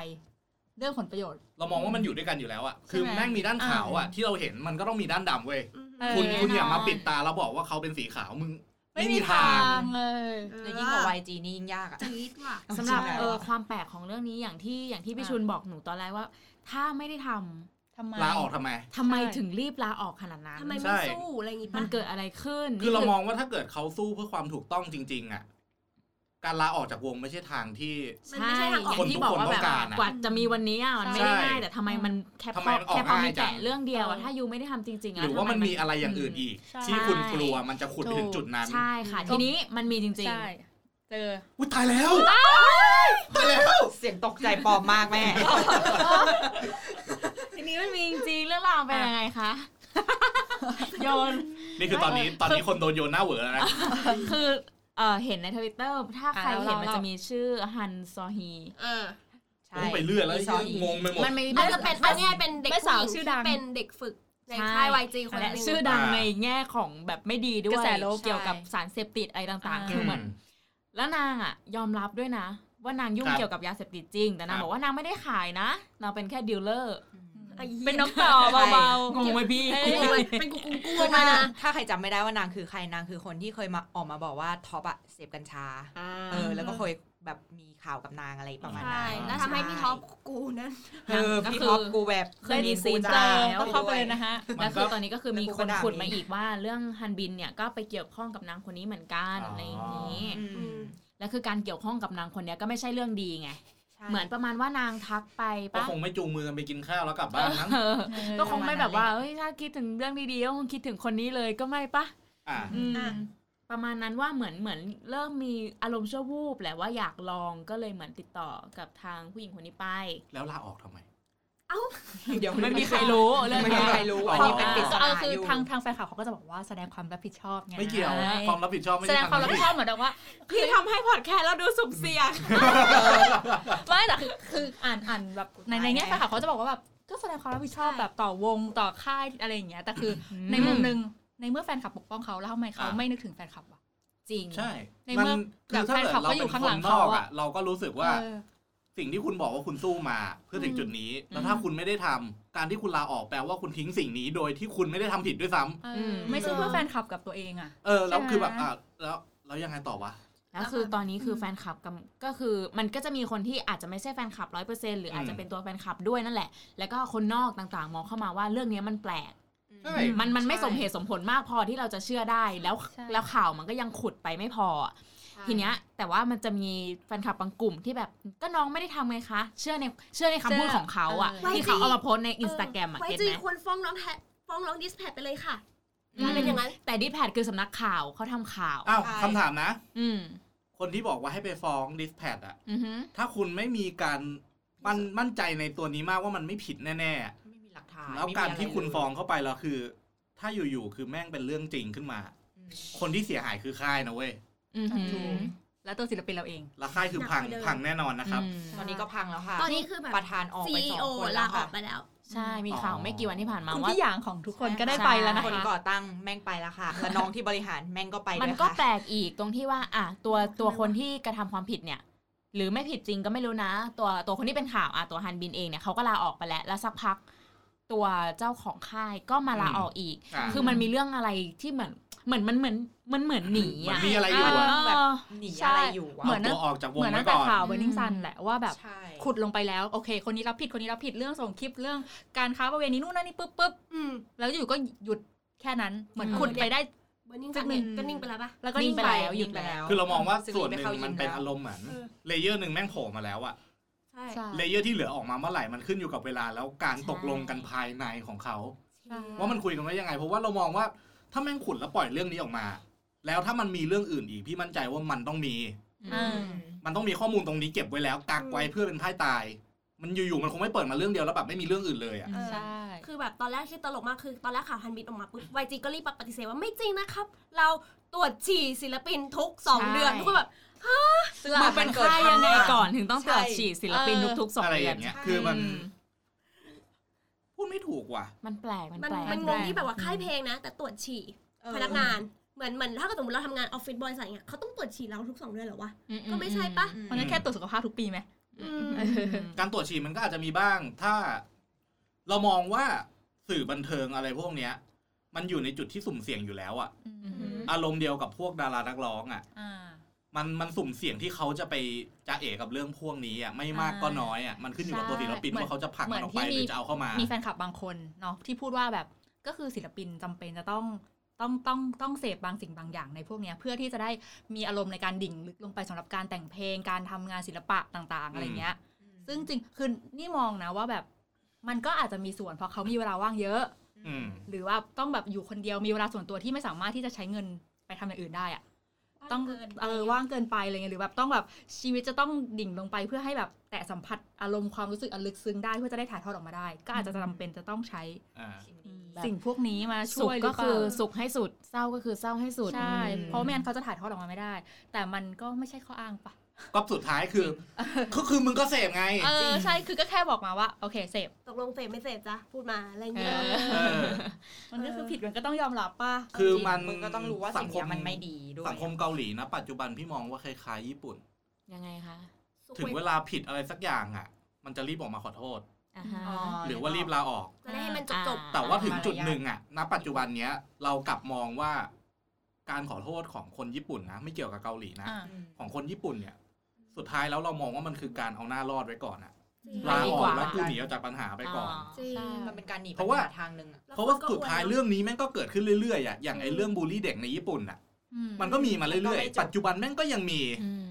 [SPEAKER 5] เรื่องผลประโยชน์
[SPEAKER 4] เรามองว่ามันอยู่ด้วยกันอยู่แล้วอ่ะคือ
[SPEAKER 5] ใช่ไหม
[SPEAKER 4] แม่งมีด้านขาวอ่ะ
[SPEAKER 5] อ่า
[SPEAKER 4] ที่เราเห็นมันก็ต้องมีด้านดำเว้ย
[SPEAKER 5] เออ
[SPEAKER 4] คุณ
[SPEAKER 5] แน่นอน
[SPEAKER 4] คุณอย่ามาปิดตาแล้วบอกว่าเขาเป็นสีขาวมึง ไม่มีทาง
[SPEAKER 5] งเลย
[SPEAKER 6] แล้วยิ่งกว่า YG นี่ยิ่งยากอะ
[SPEAKER 3] จี๊ดว่ะ
[SPEAKER 2] สำหรับ
[SPEAKER 6] ใช่
[SPEAKER 2] เออความแปลกของเรื่องนี้อย่างที่อย่างที่พี่
[SPEAKER 5] อ่ะ
[SPEAKER 2] ชุนบอกหนูตอนแรกว่า ถ้าไม่ได้ทำ
[SPEAKER 5] ทำไม
[SPEAKER 4] ลาออกทำไม
[SPEAKER 2] ทำไม
[SPEAKER 5] ใช่
[SPEAKER 2] ถึงรีบลาออกขนาดนั้น
[SPEAKER 3] ทำไม
[SPEAKER 4] ใช่
[SPEAKER 3] ไม่สู้อะไรอย่างงี้ปะ
[SPEAKER 2] มันเกิดอะไรขึ้น
[SPEAKER 4] คือเรามองว่าถ้าเกิดเขาสู้เพื่อความถูกต้องจริง ๆ อ่ะ การลาออกจากวงไม่ใช่ทางที่
[SPEAKER 3] มันไม่ใช่ทางอ
[SPEAKER 2] อ
[SPEAKER 3] อก
[SPEAKER 2] ย่างที่บอกว่าแบ
[SPEAKER 4] คนทุกคนต้
[SPEAKER 2] บ
[SPEAKER 4] องการอะ
[SPEAKER 2] กว่าจะมีวันนี้อ่ะมันไม่ได้
[SPEAKER 4] ใช่
[SPEAKER 2] ง่ายแต่ทำไมมันแค่
[SPEAKER 4] ทำ
[SPEAKER 2] พ
[SPEAKER 4] ไม
[SPEAKER 2] อ
[SPEAKER 4] มันออก
[SPEAKER 2] แค่พอ
[SPEAKER 4] ง่าย
[SPEAKER 2] มี
[SPEAKER 4] จั
[SPEAKER 2] แต่
[SPEAKER 4] ง
[SPEAKER 2] เรื่องเดียวอะถ้ายูไม่ได้ทำจริงๆะ
[SPEAKER 4] หรือว่ามันมีอะไรอย่างอื่นอีก
[SPEAKER 5] ใช่
[SPEAKER 4] ที่คุณกลัวมันจะขุดไปถึงจุดนั้น
[SPEAKER 2] ใช่ค่ะ ทีนี้มันมีจริง
[SPEAKER 5] ใช่เจอ
[SPEAKER 4] อุ้ยตายแล้วตายแล้ว
[SPEAKER 6] เสียงตกใจปลอมมากแม่
[SPEAKER 2] ๆ ทีนี้มันมีจริงๆเรื่องราวเป็นยังไงคะ โยน
[SPEAKER 4] นี่คือตอนนี้ตอนนี้คนโดนโยนหน้าเหวอแล้วนะ
[SPEAKER 2] คือเออเห็นในทวิตเตอร์ถ้าใคร
[SPEAKER 5] อ่ะเรา
[SPEAKER 2] เห็นมัน
[SPEAKER 5] เรา
[SPEAKER 2] จะมีชื่อฮันซอฮี
[SPEAKER 3] เออ
[SPEAKER 6] ใช่
[SPEAKER 4] ไปเรื่อยแล้ว
[SPEAKER 6] มีซออีก
[SPEAKER 4] งงไปหมด
[SPEAKER 2] มันมี
[SPEAKER 3] อาจจะเป็นอันเนี้ยเป็นเด็ก
[SPEAKER 5] แม่
[SPEAKER 3] ผู้ห
[SPEAKER 5] สาว
[SPEAKER 3] ญิง
[SPEAKER 5] ชื่อ
[SPEAKER 3] ที่
[SPEAKER 5] ดัง
[SPEAKER 3] เป็นเด็กฝึกในค่ายวายจีคนห
[SPEAKER 2] และ
[SPEAKER 3] นึง
[SPEAKER 2] ชื่อดัง
[SPEAKER 4] อ่า
[SPEAKER 2] ในแง่ของแบบไม่ดีด้ว
[SPEAKER 5] ก
[SPEAKER 2] ย
[SPEAKER 5] ระแสลบ
[SPEAKER 2] เกี่ยวกับ
[SPEAKER 5] ใช่
[SPEAKER 2] สารเสพติดอะไรต่างๆ
[SPEAKER 5] อ่า
[SPEAKER 2] คือเหมือนแล้วนางอ่ะ ยอมรับด้วยนะ ว่านางยุ่ง
[SPEAKER 4] ครับ
[SPEAKER 2] เกี่ยวกับยาเสพติดจริง แต่นาง
[SPEAKER 4] ครับ
[SPEAKER 2] บอกว่านางไม่ได้ขายนะนางเป็นแค่ดีลเลอร์
[SPEAKER 5] เป็นนกต่อเบา
[SPEAKER 2] งงไหมพี่
[SPEAKER 3] เป็นกูกูกู
[SPEAKER 6] คือ
[SPEAKER 3] มา
[SPEAKER 6] ถ้า
[SPEAKER 3] นะ
[SPEAKER 6] ถ้าใครจำไม่ได้ว่านางคือใครนางคือคนที่เคยมาออกมาบอกว่าท็อปอะเสพกัญชา เออ แล้วก็เคยแบบมีข่าวกับนางอะไรประมาณ
[SPEAKER 3] ใช่
[SPEAKER 6] นั้น
[SPEAKER 3] แล้วทำให้พี่ท็อปกูนั้น
[SPEAKER 6] เออ
[SPEAKER 2] ก็
[SPEAKER 6] พี่
[SPEAKER 2] คือ
[SPEAKER 6] ท็อปกูแบบ
[SPEAKER 2] เค
[SPEAKER 6] คื
[SPEAKER 2] ย
[SPEAKER 6] น
[SPEAKER 2] มี
[SPEAKER 6] นี้
[SPEAKER 2] ซี
[SPEAKER 6] กู
[SPEAKER 2] น
[SPEAKER 6] จะ
[SPEAKER 2] เจอ
[SPEAKER 5] ๆ ต้องเข้าไปเลยนะฮะ
[SPEAKER 4] มั
[SPEAKER 2] แล้
[SPEAKER 4] นก็
[SPEAKER 2] วคือตอนนี้ก็คือมีคนขุดมาอีกว่าเรื่องฮันบินเนี่ยก็ไปเกี่ยวข้องกับนางคนนี้เหมือนกัน
[SPEAKER 4] อ๋ออ
[SPEAKER 2] อะไรอย่างนี้
[SPEAKER 6] อืม
[SPEAKER 2] แล้วคือการเกี่ยวข้องกับนางคนเนี้ยก็ไม่ใช่เรื่องดีไง
[SPEAKER 6] ใช่
[SPEAKER 2] เหมือนประมาณว่านางทักไป
[SPEAKER 4] ก็
[SPEAKER 2] ปะ
[SPEAKER 4] คงไม่จูงมือกันไปกินข้าวแล้วกลับบ้านมั้ง
[SPEAKER 2] เออ
[SPEAKER 5] เออ
[SPEAKER 2] ก็คงไม่แบบว่าเอ้ยถ้าคิดถึงเรื่องดีๆก็คงคิดถึงคนนี้เลยก็ไม่ปะ
[SPEAKER 4] อ่ะ
[SPEAKER 2] อืมประมาณนั้นว่าเหมือนเหมือนเริ่มมีอารมณ์ชั่ววูบแหละว่าอยากลองก็เลยเหมือนติดต่อกับทางผู้หญิงคนนี้ไป
[SPEAKER 4] แล้วลาออกทำไม
[SPEAKER 6] เดี๋ยว
[SPEAKER 2] ไม่มีใครรู้เรื่อง
[SPEAKER 6] ไม่มี
[SPEAKER 2] เนี้ย
[SPEAKER 6] ใครรู้อันนี้เป็นปริศ
[SPEAKER 5] ก็
[SPEAKER 6] นา
[SPEAKER 5] คืออยู่ ทางทางแฟนคลับเขาก็จะบอกว่าแสดงความรับผิดชอบไง
[SPEAKER 4] ไม่เกี่ยวนะความรับผิดชอบไม่
[SPEAKER 5] แส
[SPEAKER 4] ใช่
[SPEAKER 5] ดงความรับผิดชอบเหมือนแบบว่า
[SPEAKER 2] พี่ทำให้พอดแคสต์แล้วดูสุ่มเสี่ยง
[SPEAKER 5] ไม่แต่คือคืออ่านอ่านแบบในในแง่แฟนคลับเขาจะบอกว่าแบบก็แสดงความรับผิดชอบแบบต่อวงต่อค่ายอะไรอย่างเงี้ยแต่คืออในมุมหนึ่งในเมื่อแฟนคลับปกป้องเขาแล้วทำไมเขาไม่นึกถึงแฟนคลับวะ
[SPEAKER 2] จริง
[SPEAKER 4] ใช่
[SPEAKER 5] ในเมื่อแบบ
[SPEAKER 4] ถ้
[SPEAKER 5] แฟนคลับก็อยู่ข้างหลัง
[SPEAKER 4] รป็นคนนอก
[SPEAKER 5] เขา
[SPEAKER 4] อะ
[SPEAKER 5] อะ
[SPEAKER 4] เราก็รู้สึกว่า
[SPEAKER 5] เออ
[SPEAKER 4] สิ่งที่คุณบอกว่าคุณสู้มาเพื่อถึงจุดนี้ แล้วถ้าคุณไม่ได้ทำการที่คุณลาออกแปลว่าคุณทิ้งสิ่งนี้โดยที่คุณไม่ได้ทำผิดด้วยซ้ำ
[SPEAKER 5] เออ
[SPEAKER 2] ม
[SPEAKER 5] ไม่ใช่เพื่อแฟนคลับกับตัวเองอ่ะ
[SPEAKER 4] เออแล้ว
[SPEAKER 5] ใช่
[SPEAKER 4] คือแบบ
[SPEAKER 5] ไหม
[SPEAKER 4] อ่ะแล้วแล้วยังไงต่อวะ
[SPEAKER 2] แล้วคือตอนนี้คือแฟนคลับกำก็คือมันก็จะมีคนที่อาจจะไม่ใช่แฟนคลับร้อยเปอร์เซ็นต์หรืออาจจะเป็นตัวแฟนคลับด้วยนั่นแหละ แล้วก็คนนอกต่างๆ มองเข้ามาว่าเรื่องเนี้ยมันแปลก
[SPEAKER 4] ใช่
[SPEAKER 2] มันมันไม่
[SPEAKER 6] ใช่
[SPEAKER 2] สมเหตุสมผลมากพอที่เราจะเชื่อได้แล้ว
[SPEAKER 5] ใช่
[SPEAKER 2] แล้วข่าวมันก็ยังขุดไปไม่พอ ทีเนี้ยแต่ว่ามันจะมีแฟนคลับบางกลุ่มที่แบบก็น้องไม่ได้ทำไงคะ เชื่อในเชื่อในคำพูดของเขาอ่ะ
[SPEAKER 5] เออ
[SPEAKER 2] ที่เขาเอามาโพสต์ในอินสตาแกรมอ่ะ
[SPEAKER 3] ไว้
[SPEAKER 2] เก็ต
[SPEAKER 3] จี
[SPEAKER 2] ไหม
[SPEAKER 3] ควรฟ้องร้องแทฟ้องร้องดิสแพทไปเลยค่ะ
[SPEAKER 2] อืม
[SPEAKER 3] เป็นอย่างนั้น
[SPEAKER 2] แต่ดิแพดคือสำนักข่าวเขาทำข่าว
[SPEAKER 4] อ้าว
[SPEAKER 6] ใช่
[SPEAKER 4] คำถามนะ
[SPEAKER 2] อืม
[SPEAKER 4] คนที่บอกว่าให้ไปฟ้องดิสแพดอะ
[SPEAKER 2] อือหือ
[SPEAKER 4] ถ้าคุณไม่มีการมั่นมั่นใจในตัวนี้มากว่ามันไม่ผิดแน่ๆอะ
[SPEAKER 6] ไม่มีหลักฐาน
[SPEAKER 4] แล้ว
[SPEAKER 6] ไม่มี
[SPEAKER 4] การ
[SPEAKER 6] อะไร
[SPEAKER 4] ที่คุณ
[SPEAKER 6] เลย
[SPEAKER 4] ฟ้องเข้าไปแล้วคือ ถ้าอยู่ๆคือแม่งเป็นเรื่องจริงขึ้นมา
[SPEAKER 6] อืม
[SPEAKER 4] คนที่เสียหายคือค่ายนะเว้ย
[SPEAKER 2] อือหือ
[SPEAKER 5] แล้วตัวศิลปินเราเอง
[SPEAKER 4] และค่ายคือพัง
[SPEAKER 3] หนักกว่าเดิม
[SPEAKER 4] พังแน่นอนนะครับ
[SPEAKER 2] อืม
[SPEAKER 6] ตอนนี้ก็พังแล้วค่ะ
[SPEAKER 3] ตอนนี้คือแบบ
[SPEAKER 6] ประธานออกไปสอง
[SPEAKER 3] CEO
[SPEAKER 6] คน
[SPEAKER 3] ลา
[SPEAKER 6] แล้ว
[SPEAKER 3] อ
[SPEAKER 6] ค่ะ
[SPEAKER 3] อกไปแล้ว
[SPEAKER 2] ใช่มีข่าวไม่กี่วันที่ผ่านมา
[SPEAKER 5] คุณ
[SPEAKER 2] ว่า
[SPEAKER 5] ที่อย่างของทุกคนก็ได้ไปแล้วนะ
[SPEAKER 6] คน
[SPEAKER 5] คะ
[SPEAKER 6] ก่อตั้งแม่งไปแล้วค่ะและน้องที่บริหารแม่งก็ไปด้วย
[SPEAKER 2] มันก็
[SPEAKER 6] ค่ะ
[SPEAKER 2] แปลกอีกตรงที่ว่าอ่ะตัวตัวคนที่กระทำความผิดเนี่ย หรือไม่ผิดจริงก็ไม่รู้นะ ตัวตัวคนที่เป็นข่าวอ่ะตัวฮันบินเองเนี่ยเขาก็ลาออกไปแล้วแล้วสักพัก ตัวเจ้าของค่ายก็มาลาออกอีก
[SPEAKER 4] อ่า
[SPEAKER 2] คือมันมีเรื่องอะไรที่เหมือนเหมือนมันเหมือนมันเหมือนหนี
[SPEAKER 4] เหมือน
[SPEAKER 2] อ่ะ
[SPEAKER 4] มีอะไรอยู่
[SPEAKER 2] เอ
[SPEAKER 4] อะ
[SPEAKER 2] อ
[SPEAKER 6] แบบ หนีอะไรอยู่วะ
[SPEAKER 5] เหมือน
[SPEAKER 4] เอาตัวออกจากวง
[SPEAKER 5] เหมือน
[SPEAKER 4] ไว้
[SPEAKER 5] ตั้งแต่
[SPEAKER 4] ก่อน
[SPEAKER 5] ข่าว
[SPEAKER 2] อืม
[SPEAKER 5] เบอร์นิงซันแหละว่าแบบ
[SPEAKER 6] ใช่
[SPEAKER 5] ขุดลงไปแล้วโอเค คนนี้รับผิดคนนี้รับผิดเรื่องส่งคลิปเรื่องการค้าประเวณีนู่นนั่นนี่ปุ๊บปุ๊บ
[SPEAKER 3] อืม
[SPEAKER 5] แล้วอยู่ก็หยุดแค่นั้นเหมือน
[SPEAKER 2] อืม
[SPEAKER 5] ขุดไปได้
[SPEAKER 3] เบอร์นิ่ง
[SPEAKER 5] จุ
[SPEAKER 3] จั
[SPEAKER 5] ด
[SPEAKER 3] ง
[SPEAKER 5] หนึ่
[SPEAKER 3] เนี่
[SPEAKER 5] ง
[SPEAKER 3] ยก็นิ่งไปแล้วปะ
[SPEAKER 5] แล้วก็นิ่งไป
[SPEAKER 2] นิ่งไปแล้วหยุดแล้ว
[SPEAKER 4] คือเรามองว่า
[SPEAKER 6] ซึ่
[SPEAKER 4] ส่วนห
[SPEAKER 6] ไ
[SPEAKER 4] นึ่งมันเป็นอารมณ์เหมือน
[SPEAKER 3] เออ
[SPEAKER 4] เลเยอร์หนึ่งแม่งโผล่มาแล้วอะ
[SPEAKER 3] ใช่
[SPEAKER 5] ใช่
[SPEAKER 4] เลเยอร์ที่เหลือออกมาเมื่อไหร่มันขึ้นอยู่กับเวลาแล้วการตกลงกันภายในของเขา ว่ามันคุยกันว่ายังไง เพราะว่าเรามองว่าถ้าแม่งขุดแล้วปล่อยเรื่องนี้ออกมา แล้วถ้ามันมีเรื่องอื่นอีกพี่มั่นใจว่ามันต้องมี
[SPEAKER 2] อื
[SPEAKER 5] อ่าม
[SPEAKER 4] มันต้องมีข้อมูลตรงนี้เก็บไว้แล้วกักไว้เพื่อเป็นไพ่ตาย มันอยู่ๆมันคงไม่เปิดมาเรื่องเดียวแล้วแบบไม่มีเรื่องอื่นเลยอ่ะ
[SPEAKER 3] เออ
[SPEAKER 5] ใช่
[SPEAKER 3] คือแบบตอนแรกที่ตลกมากคือตอนแรกข่าวฮันบินออกมาปุ๊บวจีก็รีบปฏิเสธว่าไม่จริงนะครับ เราตรวจฉี่ศิลปินทุก
[SPEAKER 2] ใช่
[SPEAKER 3] 2 เดือนทุกคนแบบ
[SPEAKER 6] ซึ่งมั
[SPEAKER 2] มั
[SPEAKER 6] น น
[SPEAKER 2] เป็
[SPEAKER 6] เป็น น
[SPEAKER 2] ค่า
[SPEAKER 6] ค่าย ย
[SPEAKER 2] ยั
[SPEAKER 6] ยัง ง
[SPEAKER 2] ไง
[SPEAKER 6] ไงก่
[SPEAKER 2] ก่
[SPEAKER 6] อ
[SPEAKER 2] อน นถึงต้องตรวจฉี่ศิลปินทุกๆสอง
[SPEAKER 4] อะไร
[SPEAKER 2] เดื
[SPEAKER 4] อ
[SPEAKER 2] อน
[SPEAKER 4] ย่างเงี้ย คือมัน
[SPEAKER 2] อืม
[SPEAKER 4] พูดไม่ถูกว่ะ
[SPEAKER 2] มันแปลกมัน
[SPEAKER 3] มัน
[SPEAKER 2] แปลก
[SPEAKER 3] มันงงที่แบบว่าค่ายเพลงนะ แต่ตรวจฉี่พนักงานเหมือนเหมือนถ้าเกิดสมมติเราทำงานออฟฟิศบริษัทอย่างเงี้ยเขาต้องตรวจฉี่เราทุกสองเดือนเหรอวะ ก็ไม่ใช่ปะ
[SPEAKER 5] มันก็แค่ตรวจสุขภาพทุกปีไหม
[SPEAKER 3] อืม
[SPEAKER 5] เออ
[SPEAKER 4] การตรวจฉี่มันก็อาจจะมีบ้าง ถ้าเรามองว่าสื่อบันเทิงอะไรพวกเนี้ย มันอยู่ในจุดที่สุ่มเสี่ยงอยู่แล้วอ่ะ
[SPEAKER 2] อืม
[SPEAKER 4] อารมณ์เดียวกับพวกดารานักร้องอ่ะ
[SPEAKER 5] อ่า
[SPEAKER 4] มันมันสุ่มเสี่ยงที่เขาจะไปจะเอะกับเรื่องพวกนี้อ่ะไม่มาก
[SPEAKER 5] อ่า
[SPEAKER 4] ก็น้อยอ่ะมันขึ้นอยู่กับตัวศิลปิน
[SPEAKER 5] ใช่
[SPEAKER 4] ว่าเขาจะผลักมันออกไป
[SPEAKER 5] เหมือนที่
[SPEAKER 4] หรือจะเอาเข้ามา
[SPEAKER 5] มีแฟนคลับบางคนเนาะที่พูดว่าแบบก็คือศิลปินจำเป็นจะต้องต้องต้องต้องเสพบางสิ่งบางอย่างในพวกเนี้ยเพื่อที่จะได้มีอารมณ์ในการดิ่งลึกลงไปสำหรับการแต่งเพลงการทำงานศิลปะต่างๆอะไรเงี้ย ซึ่งจริงคือนี่มองนะว่าแบบมันก็อาจจะมีส่วนเพราะเขามีเวลาว่างเยอะ
[SPEAKER 4] อืม
[SPEAKER 5] หรือว่าต้องแบบอยู่คนเดียวมีเวลาส่วนตัวที่ไม่สามารถที่จะใช้เงินไปทำอย่างอื่นได้อะต้องเออว่างเกินไปอะไรเงี้ยหรือแบบต้องแบบชีวิตจะต้องดิ่งลงไปเพื่อให้แบบแตะสัมผัสอารมณ์ความรู้สึกอันลึกซึ้งได้เพื่อจะได้ถ่ายทอดออกมาได้ ก็อาจจะจำเป็นจะต้องใช้
[SPEAKER 4] อ่า
[SPEAKER 2] แบบ
[SPEAKER 5] สิ่งพวกนี้มา
[SPEAKER 2] สุ
[SPEAKER 5] ช่
[SPEAKER 2] ข
[SPEAKER 5] วยหรื
[SPEAKER 2] ก็
[SPEAKER 5] เปล่า
[SPEAKER 2] คือสุขให้สุด เศร้าก็คือเศร้าให้สุด
[SPEAKER 5] ใช่
[SPEAKER 2] อืม
[SPEAKER 5] เพราะไม่งั้นเขาจะถ่ายทอดออกมาไม่ได้ แต่มันก็ไม่ใช่ข้ออ้างปะ
[SPEAKER 4] ก็สุดท้ายคือก็คือมึงก็เสพไง
[SPEAKER 5] เออใช่คือก็แค่บอกมาว่าโอเคเสพ
[SPEAKER 3] ตกลงเฟรมไม่เสร็จจ้ะพูดมาอะไรอย่าง
[SPEAKER 2] เอ
[SPEAKER 3] เงี้ย
[SPEAKER 2] อ
[SPEAKER 4] เออ
[SPEAKER 5] มันก็คือผิดมันก็ต้องยอมรับปะ
[SPEAKER 4] คือมัน
[SPEAKER 6] มึงก็ต้องรู้ว่าสิ่งเนี้ยมันไม่ดีด้วย
[SPEAKER 4] สังคมเกาหลีนะ ปัจจุบันพี่มองว่าคล้ายๆญี่ปุ่น
[SPEAKER 2] ยังไงคะ
[SPEAKER 4] ถึงเวลาผิดอะไรสักอย่างอ่ะ มันจะรีบออกมาขอโทษ
[SPEAKER 2] อ่าฮะ
[SPEAKER 5] อ๋อ
[SPEAKER 4] หรือว่ารีบลาออก
[SPEAKER 3] จะได้ให้มันจบจบ
[SPEAKER 2] อ่า
[SPEAKER 4] แต่ว่าถึงจุดหนึ่งอ่ะณปัจจุบันเนี้ย เรากลับมองว่า การขอโทษของคนญี่ปุ่นนะ ไม่เกี่ยวกับเกาหลีนะ
[SPEAKER 5] อ่า
[SPEAKER 4] ของคนญี่ปุ่นเนี่ย สุดท้ายแล้วเรามองว่ามันคือการเอาหน้ารอดไว้ก่อนอะ
[SPEAKER 3] ๆ
[SPEAKER 4] ลาอ
[SPEAKER 2] ดี
[SPEAKER 4] อก
[SPEAKER 2] ว่า
[SPEAKER 4] แล้วกูหนีออกจากปัญหาไปก่อน
[SPEAKER 3] จริง
[SPEAKER 2] ใช่
[SPEAKER 6] มันเป็นการหนี
[SPEAKER 4] เพราะว่า
[SPEAKER 6] ปัญหทางหนึ่งอะ
[SPEAKER 4] เพราะว่าสุดท้ายเรื่องนี้แม่งก็เกิดขึ้นเรื่อยๆอะอย่างไอ้เรื่องบูลลี่เด็กในญี่ปุ่นอะ
[SPEAKER 5] อืม
[SPEAKER 4] มันก็มีมาเรื่อยๆ ปัจจุบันแม่งก็ยังมี
[SPEAKER 2] อืม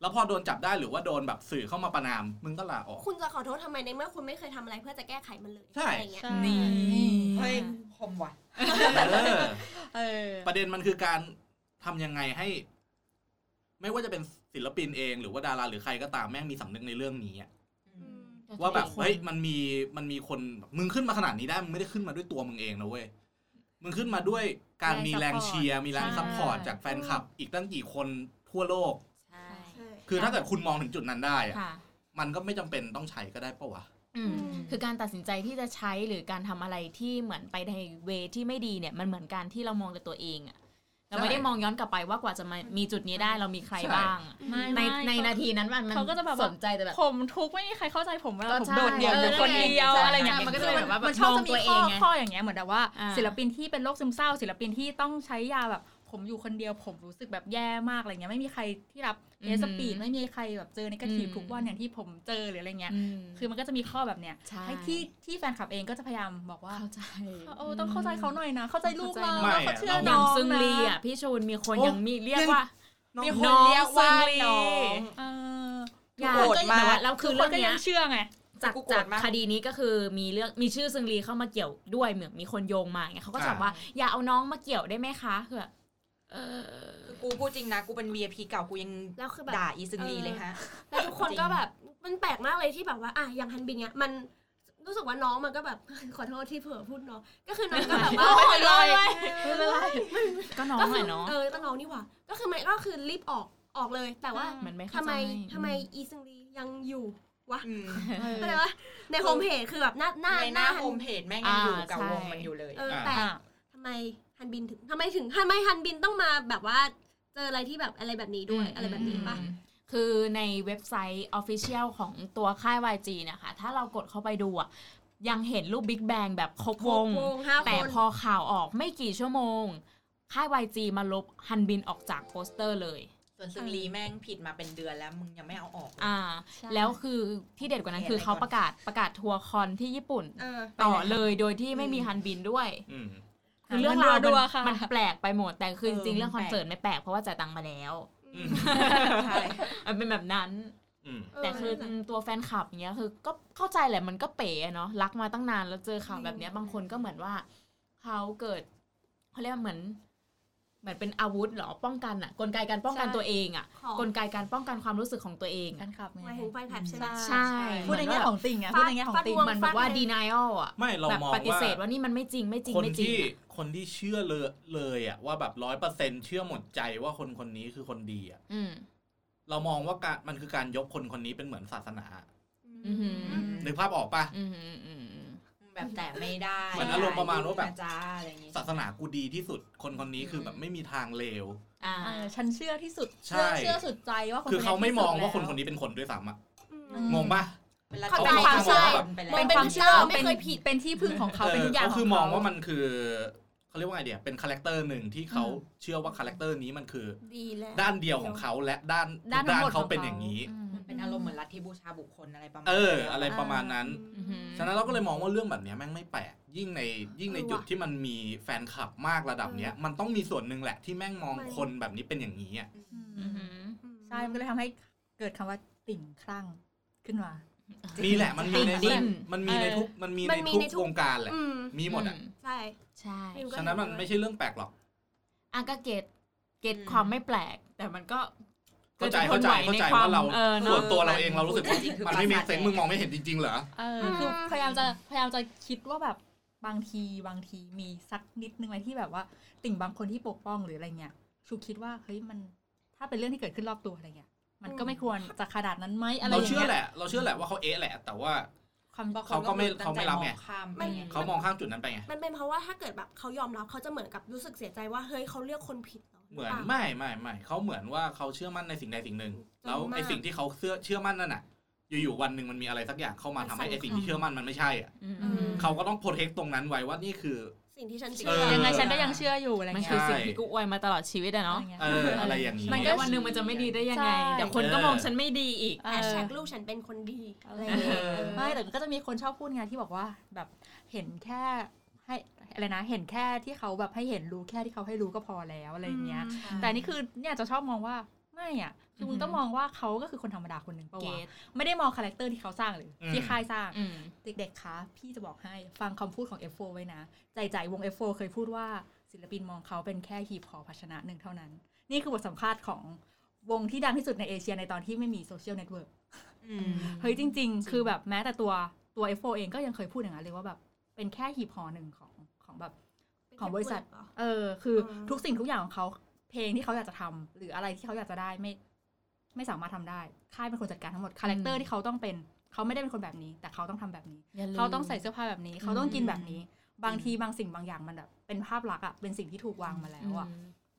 [SPEAKER 4] แล้วพอโดนจับได้หรือว่าโดนแบบสื่อเข้ามาประนาม มึงก็ลาออก
[SPEAKER 3] คุณจะขอโทษทำไมในเมื่อคุณไม่เคยทำอะไรเพื่อจะแก้ไขมันเลย
[SPEAKER 4] ใช่
[SPEAKER 3] อะไรอย่างเงี้ย
[SPEAKER 5] นี่
[SPEAKER 6] เฮ้ยคมว่ะ
[SPEAKER 4] เออ
[SPEAKER 5] เออ
[SPEAKER 4] ประเด็นมันคือการทำยังไงให้ ไม่ว่าจะเป็นศิลปินเองหรือว่าดาราหรือใครก็ตามแม่งมีสำนึกในเรื่องนี้อะว่าแบบเฮ้ยมันมีมันมีคนมึงขึ้นมาขนาดนี้ได้มึงไม่ได้ขึ้นมาด้วยตัวมึงเองนะเว้ยมึงขึ้นมาด้วยการมีแรงเชียร์มีแรงซัพพอร์ตจากแฟนคลับ อีกตั้งกี่คนทั่วโลก
[SPEAKER 2] ใช่
[SPEAKER 4] คือถ้าเกิดคุณมองถึงจุดนั้นได้อะ
[SPEAKER 2] ค่ะ
[SPEAKER 4] มันก็ไม่จำเป็นต้องใช้ก็ได้ปะวะ
[SPEAKER 2] อืมคือการตัดสินใจที่จะใช้หรือการทำอะไรที่เหมือนไปในเวที่ไม่ดีเนี่ยมันเหมือนการที่เรามองแต่ตัวเองอะเราไม่ได้มองย้อนกลับไปว่ากว่าจะมามีจุดนี้ได้เรามีใคร
[SPEAKER 4] ใช่
[SPEAKER 2] บ้าง
[SPEAKER 5] ไม่
[SPEAKER 2] ใน
[SPEAKER 5] ไม่เข
[SPEAKER 2] ในนาทีนั้นมันมัน
[SPEAKER 5] เขาก็จะแบบว่า
[SPEAKER 2] สนใจแต่แบบ
[SPEAKER 5] ผมทุกข์ไม่มีใครเข้าใจผมเวลา
[SPEAKER 2] ก็
[SPEAKER 5] ผม
[SPEAKER 2] ใช่
[SPEAKER 5] โดดเดี่ยว
[SPEAKER 2] เออ
[SPEAKER 5] อยู่คนเดียว
[SPEAKER 2] ใช่
[SPEAKER 5] อะไรอย่างเงี้ย
[SPEAKER 2] ใช่มันก็จะเป็นแบบว่าแบบ
[SPEAKER 5] มันชอบจะมี
[SPEAKER 2] มองตัวเอ
[SPEAKER 5] ข้อง
[SPEAKER 2] ไง
[SPEAKER 5] ข้ออย่างเงี้ยเหมือนแบบว่า
[SPEAKER 2] อ่า
[SPEAKER 5] ศิลปินที่เป็นโรคซึมเศร้า ศิลปินที่ต้องใช้ยาแบบผมอยู่คนเดียวผมรู้สึกแบบแย่มากอะไรเงี้ยไม่มีใครที่รับเอสปีดไม่มีใครแบบเจอในกระถีบทุกวันอย่างที่ผมเจอหรืออะไรเงี้ย
[SPEAKER 2] อืม
[SPEAKER 5] คือมันก็จะมีข้อแบบเนี้ย
[SPEAKER 2] ใช่
[SPEAKER 5] ให้ที่ที่แฟนคลับเองก็จะพยายามบอกว่า
[SPEAKER 2] เข้าใจ
[SPEAKER 5] เออต้องเข้าใจเขาหน่อยนะ เข้าใจลูกเรา
[SPEAKER 4] ไม่อะ
[SPEAKER 5] เขาเชื่อ
[SPEAKER 2] อ
[SPEAKER 5] น้
[SPEAKER 2] ย่าง
[SPEAKER 5] อง
[SPEAKER 2] ซึง
[SPEAKER 5] นะ
[SPEAKER 2] ลีอ่ะพี่ชูนมีคน
[SPEAKER 4] โอ้
[SPEAKER 2] ยังมีเรียก
[SPEAKER 4] ยัง
[SPEAKER 2] ว่า
[SPEAKER 4] น้อง
[SPEAKER 6] มีคนเรียกว่าน้อง
[SPEAKER 5] เออ
[SPEAKER 2] อย่า
[SPEAKER 6] โกรธมาก
[SPEAKER 2] แต่ว่าแล้ว
[SPEAKER 5] คื
[SPEAKER 2] คือ อ
[SPEAKER 5] ค
[SPEAKER 2] เรื่อน ง
[SPEAKER 5] ก็ยั
[SPEAKER 2] เนี้ย
[SPEAKER 5] งเชื่อไง
[SPEAKER 2] จาก
[SPEAKER 6] กูโกร
[SPEAKER 2] จา
[SPEAKER 6] ธ
[SPEAKER 2] ก
[SPEAKER 6] มาก
[SPEAKER 2] คดีนี้ก็คือมีเรื่องมีชื่อซึงลีเข้ามาเกี่ยวด้วยเหมือนมีคนโยงมาอย่างเงี้ยเขาก็จะบอกว่าอย่าเอาน้องมาเกี่ยวได้ไหมคะคือแบบเออ
[SPEAKER 6] คือกูพูดจริงนะ กูเป็น VIP เก่ากูยัง
[SPEAKER 3] แล้วคือแบบ
[SPEAKER 6] ด่าอีซึงลีเลยฮะ
[SPEAKER 3] แล้วทุกคนก็แบบมันแปลกมากเลยที่แบบว่าอ่ะอย่างฮันบินเนี้ยมันรู้สึกว่าน้องมันก็แบบ ขอโทษที่เผลอพูดน้องก็คือน้องก็แบบว่า
[SPEAKER 2] ไม่เป็นไร
[SPEAKER 5] ไม่เป็นไร
[SPEAKER 2] ก็น้อง
[SPEAKER 3] ก็
[SPEAKER 2] ห
[SPEAKER 3] คือ
[SPEAKER 2] น่อยเนาะ
[SPEAKER 3] เออก็น้องนี่หว่า ก็คือมันก็คือรีบออกออกเลยแต่ว่า
[SPEAKER 2] เหมือนไม่
[SPEAKER 3] ทำ
[SPEAKER 2] เข้าใจ
[SPEAKER 3] ไมทำไม
[SPEAKER 2] อืม
[SPEAKER 3] อีซึงลียังอยู่
[SPEAKER 6] อืม
[SPEAKER 3] ก็เลยว่าในโฮมเพจคือแบบหน้าหน้า
[SPEAKER 6] ใน
[SPEAKER 3] ห
[SPEAKER 6] ห
[SPEAKER 3] น้า
[SPEAKER 6] น้า
[SPEAKER 3] ฮั
[SPEAKER 6] โฮ
[SPEAKER 3] น
[SPEAKER 6] มเพจแม่งยังอยู่
[SPEAKER 2] อ่า
[SPEAKER 6] กับ
[SPEAKER 2] ใช่
[SPEAKER 6] วงมันอยู่เลย
[SPEAKER 3] เออ
[SPEAKER 4] อ่า
[SPEAKER 3] แต่ทำไมฮันบินถึงทำไมถึงทำไมฮันบินต้องมาแบบว่าเจออะไรที่แบบอะไรแบบนี้ด้วยอะไรแบบนี้ปะ
[SPEAKER 2] อืมคือในเว็บไซต์ Official ของตัวค่าย YG เนะคะ ถ้าเรากดเข้าไปดูอะยังเห็นรูป Big Bang แบบครบวง
[SPEAKER 3] ครบวงห้าคน
[SPEAKER 2] แต่พอข่าวออกไม่กี่ชั่วโมง ค่าย YG มาลบฮันบินออกจากโปสเตอร์เลย
[SPEAKER 6] ส่วนซึงลีแม่งผิดมาเป็นเดือนแล้วมึงยังไม่เอาออกเลย
[SPEAKER 2] อ่า
[SPEAKER 5] ใช่
[SPEAKER 2] แล้วคือที่เด็ดกว่านั้นคือเขาประกาศประกาศทัวร์คอนที่ญี่ปุ่น
[SPEAKER 3] เออ
[SPEAKER 2] ต่อเลยโดยที่ไม่มีฮันบินด้วย
[SPEAKER 4] อืม
[SPEAKER 2] คือเรื่องราว
[SPEAKER 5] มันรัว
[SPEAKER 2] มัน
[SPEAKER 5] ๆค่ะ
[SPEAKER 2] มันแปลกไปหมด แต่คือจริ
[SPEAKER 6] เอ
[SPEAKER 2] งๆ
[SPEAKER 6] อ
[SPEAKER 2] เรื่องคอนเสิร์ตไม่แปลกเพราะว่าจ่ายตังค์มาแล้ว
[SPEAKER 4] อืม
[SPEAKER 6] ใช่
[SPEAKER 2] มันเป็นแบบนั้น
[SPEAKER 4] อืม
[SPEAKER 2] แต่คือตัวแฟนคลับเนี้ยคือก็เข้าใจแหละมันก็เป๋อะเนาะรักมาตั้งนานแล้วเจอข่าวแบบเนี้ยบางคนก็เหมือนว่าเขาเกิดเขาเรียกว่าเหมือนเหมือนเป็นอาวุธเหรอป้องกันอะกลไกการป้องกัน
[SPEAKER 5] ใช่
[SPEAKER 2] ตัวเองอะ
[SPEAKER 3] ของ
[SPEAKER 2] กลไกการป้องกันความรู้สึกของตัวเอง
[SPEAKER 5] แฟ
[SPEAKER 2] อะ
[SPEAKER 5] นคลับ
[SPEAKER 3] หมายถึงแฟนคลับใช่ไหม
[SPEAKER 2] ใช่
[SPEAKER 5] พูดในแง่ของติ่งอะ
[SPEAKER 3] ฟาด
[SPEAKER 5] พูดในแง่ของติ่ง
[SPEAKER 3] ฟาดวง
[SPEAKER 2] มันแบบว่า denial อะ
[SPEAKER 4] ไม่เรา
[SPEAKER 2] แบบ
[SPEAKER 4] มอง
[SPEAKER 2] ปฏิ
[SPEAKER 4] ว่า
[SPEAKER 2] เสธว่านี่มันไม่จริงไม่จริง
[SPEAKER 4] คน
[SPEAKER 2] ไม่จริง
[SPEAKER 4] ที่
[SPEAKER 2] อะ
[SPEAKER 4] คนที่เชื่อเลยเลยอะว่าแบบร้อยเปอร์เซ็นเชื่อหมดใจว่าคนคนนี้คือคนดีอะ
[SPEAKER 2] อืม
[SPEAKER 4] เรามองว่าการมันคือการยกคนคนนี้เป็นเหมือนศาสนา
[SPEAKER 2] อือหือ
[SPEAKER 6] ม
[SPEAKER 4] นึกภาพออกปะ
[SPEAKER 2] อืมอืมอืมอืม
[SPEAKER 6] แบบแต่ไม่ได้
[SPEAKER 4] เหมือนอารมณ์ประมาณว่าแบบ
[SPEAKER 6] จ้าอะไรอย่างงี้
[SPEAKER 4] ศาสนากูดีที่สุด คนคนนี้คือแบบไม่มีทางเลว
[SPEAKER 2] อ่า
[SPEAKER 5] เออฉันเชื่อที่สุด
[SPEAKER 4] ใช่
[SPEAKER 5] เชื่อเชื่อสุดใจว่าคน
[SPEAKER 4] คือเขาไม่มองว่าคน
[SPEAKER 5] ที่
[SPEAKER 4] ค
[SPEAKER 5] สุด
[SPEAKER 4] น
[SPEAKER 5] แล้ว
[SPEAKER 4] นี้เป็นคนด้วยซ้ำอะ
[SPEAKER 5] อืม
[SPEAKER 4] งงปะ
[SPEAKER 3] เข้าใจ
[SPEAKER 4] เขาเป็นความ
[SPEAKER 3] ใช่
[SPEAKER 6] ไปแล้
[SPEAKER 3] ม
[SPEAKER 6] ว
[SPEAKER 3] อง
[SPEAKER 5] เป็น
[SPEAKER 3] เป็น
[SPEAKER 5] ความ
[SPEAKER 3] เชื่
[SPEAKER 5] เชื่
[SPEAKER 3] อ
[SPEAKER 5] อ
[SPEAKER 3] ไม่
[SPEAKER 5] เป็น
[SPEAKER 3] เคยผิด
[SPEAKER 5] เป็นที่พึ่งของเขาเป็นทุกอย่าง
[SPEAKER 4] เขาคือ
[SPEAKER 5] ข
[SPEAKER 4] มอง
[SPEAKER 5] เข
[SPEAKER 4] ว่ามันคือ เขาเรียกว่าไงเดียเป็นคาแรคเตอร์หนึ่งที่เขา
[SPEAKER 5] อืม
[SPEAKER 4] เชื่อว่าคาแรคเตอร์นี้มันคือ
[SPEAKER 3] ดีแล้ว
[SPEAKER 4] ด้านเดียวของเขาและด้าน
[SPEAKER 5] ด้านทั้งหมดของเขา
[SPEAKER 4] เขาเป็นอย่างนี้
[SPEAKER 6] มันเป็นอารมณ์เหมือนลัทธิบูชาบุคคลอะไรประมาณ
[SPEAKER 4] เออ
[SPEAKER 6] นี้ย
[SPEAKER 4] อะไรประมาณนั้น
[SPEAKER 2] อือหือ
[SPEAKER 4] ฉะนั้นเราก็เลยมองว่าเรื่องแบบเนี้ยแม่งไม่แปลกยิ่งในยิ่งใน
[SPEAKER 3] เออ
[SPEAKER 4] จุด
[SPEAKER 3] ว่ะ
[SPEAKER 4] ที่มันมีแฟนคลับมากระดับเนี้ย มันต้องมีส่วนหนึ่งแหละที่แม่งมอง
[SPEAKER 3] มัน
[SPEAKER 4] คนแบบนี้เป็นอย่างนี้อะ
[SPEAKER 2] อือหือ
[SPEAKER 3] อืม
[SPEAKER 5] ใช่มันก็เลยทำให้เกิดคำว่าติ่งคลั่งขึ้นมา
[SPEAKER 4] นี่แหละมันมีใน
[SPEAKER 2] ดิ้น
[SPEAKER 4] มันมีในทุกมันมีใน
[SPEAKER 3] มันมี
[SPEAKER 4] ทุก
[SPEAKER 3] ในทุก
[SPEAKER 4] วงการแหละ
[SPEAKER 3] อืม
[SPEAKER 4] มีหมดอ่ะ
[SPEAKER 3] ใช่
[SPEAKER 2] ใช่
[SPEAKER 3] พิก็
[SPEAKER 4] ฉะนั้นมัน
[SPEAKER 3] เห็ด้วย
[SPEAKER 4] ไม่ใช่เรื่องแปลกหรอก
[SPEAKER 2] อ่ะก็เกตเกตความไม่แปลก แต่มันก็
[SPEAKER 4] เข้าใจ
[SPEAKER 2] กิ
[SPEAKER 4] เข้าน ใจ
[SPEAKER 2] ไห
[SPEAKER 4] เข้าใจ
[SPEAKER 2] คว
[SPEAKER 4] ว่าม เรา
[SPEAKER 2] ออ
[SPEAKER 4] ส่
[SPEAKER 2] เนาะ
[SPEAKER 4] วนตัวเราเองเรารู้สึกว่า
[SPEAKER 6] คือ
[SPEAKER 4] มันไม่มี
[SPEAKER 6] ประสาท
[SPEAKER 4] เซนส์มึงมองไม่เห็นจริงๆเหรอ
[SPEAKER 5] เออคือพยายามจะพยายามจะคิดว่าแบบบางทีบางทีมีสักนิดนึงไหมที่แบบว่า ติ่งบางคนที่ปกป้องหรืออะไรเงี้ยชูคิดว่าเฮ้ยมันถ้าเป็นเรื่องที่เกิดขึ้นรอบตัวอะไรเงี้ย มันก็ไม่ควรจะขนาดนั้นไหมอะไรอ
[SPEAKER 4] เรา
[SPEAKER 5] ย่าง
[SPEAKER 4] เชื่อแห
[SPEAKER 5] เงี้ย
[SPEAKER 4] ละ เราเชื่อแหละว่าเขาเอะแหละ แต่ว่า
[SPEAKER 5] ความ
[SPEAKER 6] บงคน
[SPEAKER 4] เขาก็ไม่
[SPEAKER 6] คือ
[SPEAKER 4] เขาไม่รับไง
[SPEAKER 6] ตั้ใจอข้ามป
[SPEAKER 3] มัน
[SPEAKER 6] ไง
[SPEAKER 4] เขามองข้ามจุดนั้นไปไง
[SPEAKER 3] มันเป็นเพราะว่าถ้าเกิดแบบเขายอมรับเขาจะเหมือนกับรู้สึกเสียใจว่าเฮ้ยเขาเลือกคนผิดร
[SPEAKER 4] เหมือน
[SPEAKER 3] ปล่า
[SPEAKER 4] ไม่ไม่ไม่เขาเหมือนว่าเขาเชื่อมั่นในสิ่งใดสิ่งหนึ่ง
[SPEAKER 3] จน
[SPEAKER 4] แล้วไอ้
[SPEAKER 3] มาก
[SPEAKER 4] สิ่งที่เขาเชื่อเชื่อมั่นนั่นน่ะ อยู่ๆวันหนึ่งมันมีอะไรสักอย่างเข้ามาทำให้ไอ้สิ่งที่เชื่อมั่นมันไม่ใช่อ่ะ
[SPEAKER 2] อืม
[SPEAKER 3] อืม
[SPEAKER 4] เขาก็ต้องโปรเทคตรงนั้นไว้ว่านี่คือ
[SPEAKER 3] สิ่งที่ฉัน
[SPEAKER 4] เอ
[SPEAKER 3] เชื่อ
[SPEAKER 4] อ
[SPEAKER 5] ยังไงฉันก็ยังเชื่ออยู่อะไร
[SPEAKER 2] มัน
[SPEAKER 5] เงี้ย
[SPEAKER 2] คือสิ่ง
[SPEAKER 4] ใช่
[SPEAKER 2] ที่กูอวยมาตลอดชีวิตอะ
[SPEAKER 5] เนาะ
[SPEAKER 2] เนาะ
[SPEAKER 4] เอออะไรอย่างนี้
[SPEAKER 2] มันก็วันหนึ่งมันจะไม่ดีได้ยังไง
[SPEAKER 5] ใช่
[SPEAKER 2] เดี๋ยวคนก็
[SPEAKER 4] เออ
[SPEAKER 2] มองฉันไม่ดีอีก
[SPEAKER 5] เอ
[SPEAKER 3] แฮช
[SPEAKER 5] อ
[SPEAKER 3] แท็กลูกฉันเป็นคนดี
[SPEAKER 5] อะไรอย่างเงี้ย
[SPEAKER 4] เออ
[SPEAKER 5] ไม่แต่ก็จะมีคนชอบพูดไงที่บอกว่าแบบเห็นแค่ให้อะไรนะเห็นแค่ที่เขาแบบให้เห็นรู้แค่ที่เขาให้รู้ก็พอแล้วอะไรอย่างเงี้ย แต่นี่คือเนี่ยจะชอบมองว่าไม่อ่ะคือมึ
[SPEAKER 2] อื
[SPEAKER 5] ง
[SPEAKER 2] อฮึ
[SPEAKER 5] ต้องมองว่าเขาก็คือคนธรรมดาคนหนึ่งปะ
[SPEAKER 2] เก
[SPEAKER 5] วะ
[SPEAKER 2] ต
[SPEAKER 5] ไม่ได้มองคาแรคเตอร์ที่เขาสร้างหรืออ
[SPEAKER 4] ม
[SPEAKER 5] ที่ค่ายสร้าง
[SPEAKER 2] อืม
[SPEAKER 5] เด็กๆคะพี่จะบอกให้ฟังคำพูดของ F4 ไว้นะ ใจใจวง F4 เคยพูดว่าศิลปินมองเขาเป็นแค่หีบห่อภาชนะหนึ่งเท่านั้น นี่คือบทสัมภาษณ์ของวงที่ดังที่สุดในเอเชียในตอนที่ไม่มีโซเชียลเน็ตเวิร์ก เฮ้ยจริง ๆ คือแบบแม้แต่ตัวตัว F4 เองก็ยังเคยพูดอย่างนั้นเลยว่าแบบเป็นแค่หีบห่อหนึ่งของของแบบ ของบริษัท เออคืออ
[SPEAKER 3] ม
[SPEAKER 5] ทุกสิ่งทุกอย่างของเขาเพลงที่เขาอยากจะทำหรืออะไรที่เขาอยากจะได้ไม่ ไม่สามารถทำได้ค่ายเป็นคนจัดการทั้งหมดคาแรคเตอ
[SPEAKER 2] อื
[SPEAKER 5] ร์
[SPEAKER 2] ม
[SPEAKER 5] ที่เขาต้องเป็นเขาไม่ได้เป็นคนแบบนี้ แต่เขาต้องทำแบบนี้
[SPEAKER 2] ย่ลืม
[SPEAKER 5] เขาต้องใส่เสื้อผ้าแบบนี้ เขาต้องกินแบบนี้ บาง
[SPEAKER 2] อืม
[SPEAKER 5] ทีบางสิ่งบางอย่างมันแบบเป็นภาพลักษณ์อะเป็นสิ่งที่ถูกวางมาแล้วอะ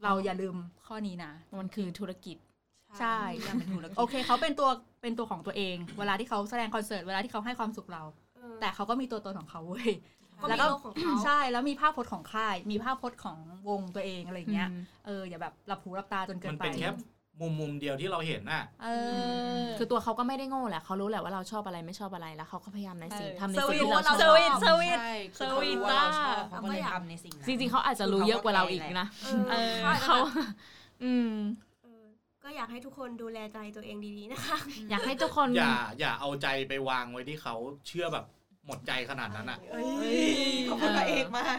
[SPEAKER 5] เราอย่าลืมข้อนี้นะ
[SPEAKER 2] มันคือธุรกิจ
[SPEAKER 5] ใช่
[SPEAKER 6] ยังเป็นธุรกิจ
[SPEAKER 5] โอเคเขาเป็นตัวเป็นตัวของตัวเอง เวลาที่เขาแสดงคอนเสิร์ตเวลาที่เขาให้ความสุขเรา แต่เขาก็มีตัวตนของเขาเว้ย แล้
[SPEAKER 3] แล้ว ว
[SPEAKER 5] ก็
[SPEAKER 3] ก็มีโลกของเขา
[SPEAKER 5] ใช่ แล้วมีภาพพจน์ของค่าย มีภาพพจน์ของวงตัวเองอะไรอย่างเงี้ย เอออย่าแบบหลับหูหลับตาจนเกิ
[SPEAKER 4] มัน น
[SPEAKER 5] ไป
[SPEAKER 4] เป็นแค่มุมมุมเดียวที่เราเห็นน่ะ
[SPEAKER 5] เออ
[SPEAKER 2] คือตัวเขาก็ไม่ได้โง่แหละเขารู้แหละว่าเราชอบอะไรไม่ชอบอะไรแล้วเขาก็พยายามในสิ่งทำใน
[SPEAKER 5] เซอร์
[SPEAKER 2] สิ่
[SPEAKER 5] วิส
[SPEAKER 2] งที่เราชอบ
[SPEAKER 5] เซอร์วิสเซอร์วิส
[SPEAKER 6] ใช่คือเขารู้ว่าเราชอบเขาก็เลยทำในสิ่งนั้น
[SPEAKER 2] จริงๆเขาอาจจะรู้เยอะกว่าเราอีกนะ
[SPEAKER 3] เออ
[SPEAKER 2] เขาอืม
[SPEAKER 3] เออก็อยากให้ทุกคนดูแลใจตัวเองดีๆนะคะ
[SPEAKER 2] อยากให้ทุกคน
[SPEAKER 4] อย่าอย่าเอาใจไปวางไว้ที่เขาเชื่อแบบหมดใจขนาดนั้นอ่ะ
[SPEAKER 6] เอ้ยขอบคุณพระเอกมาก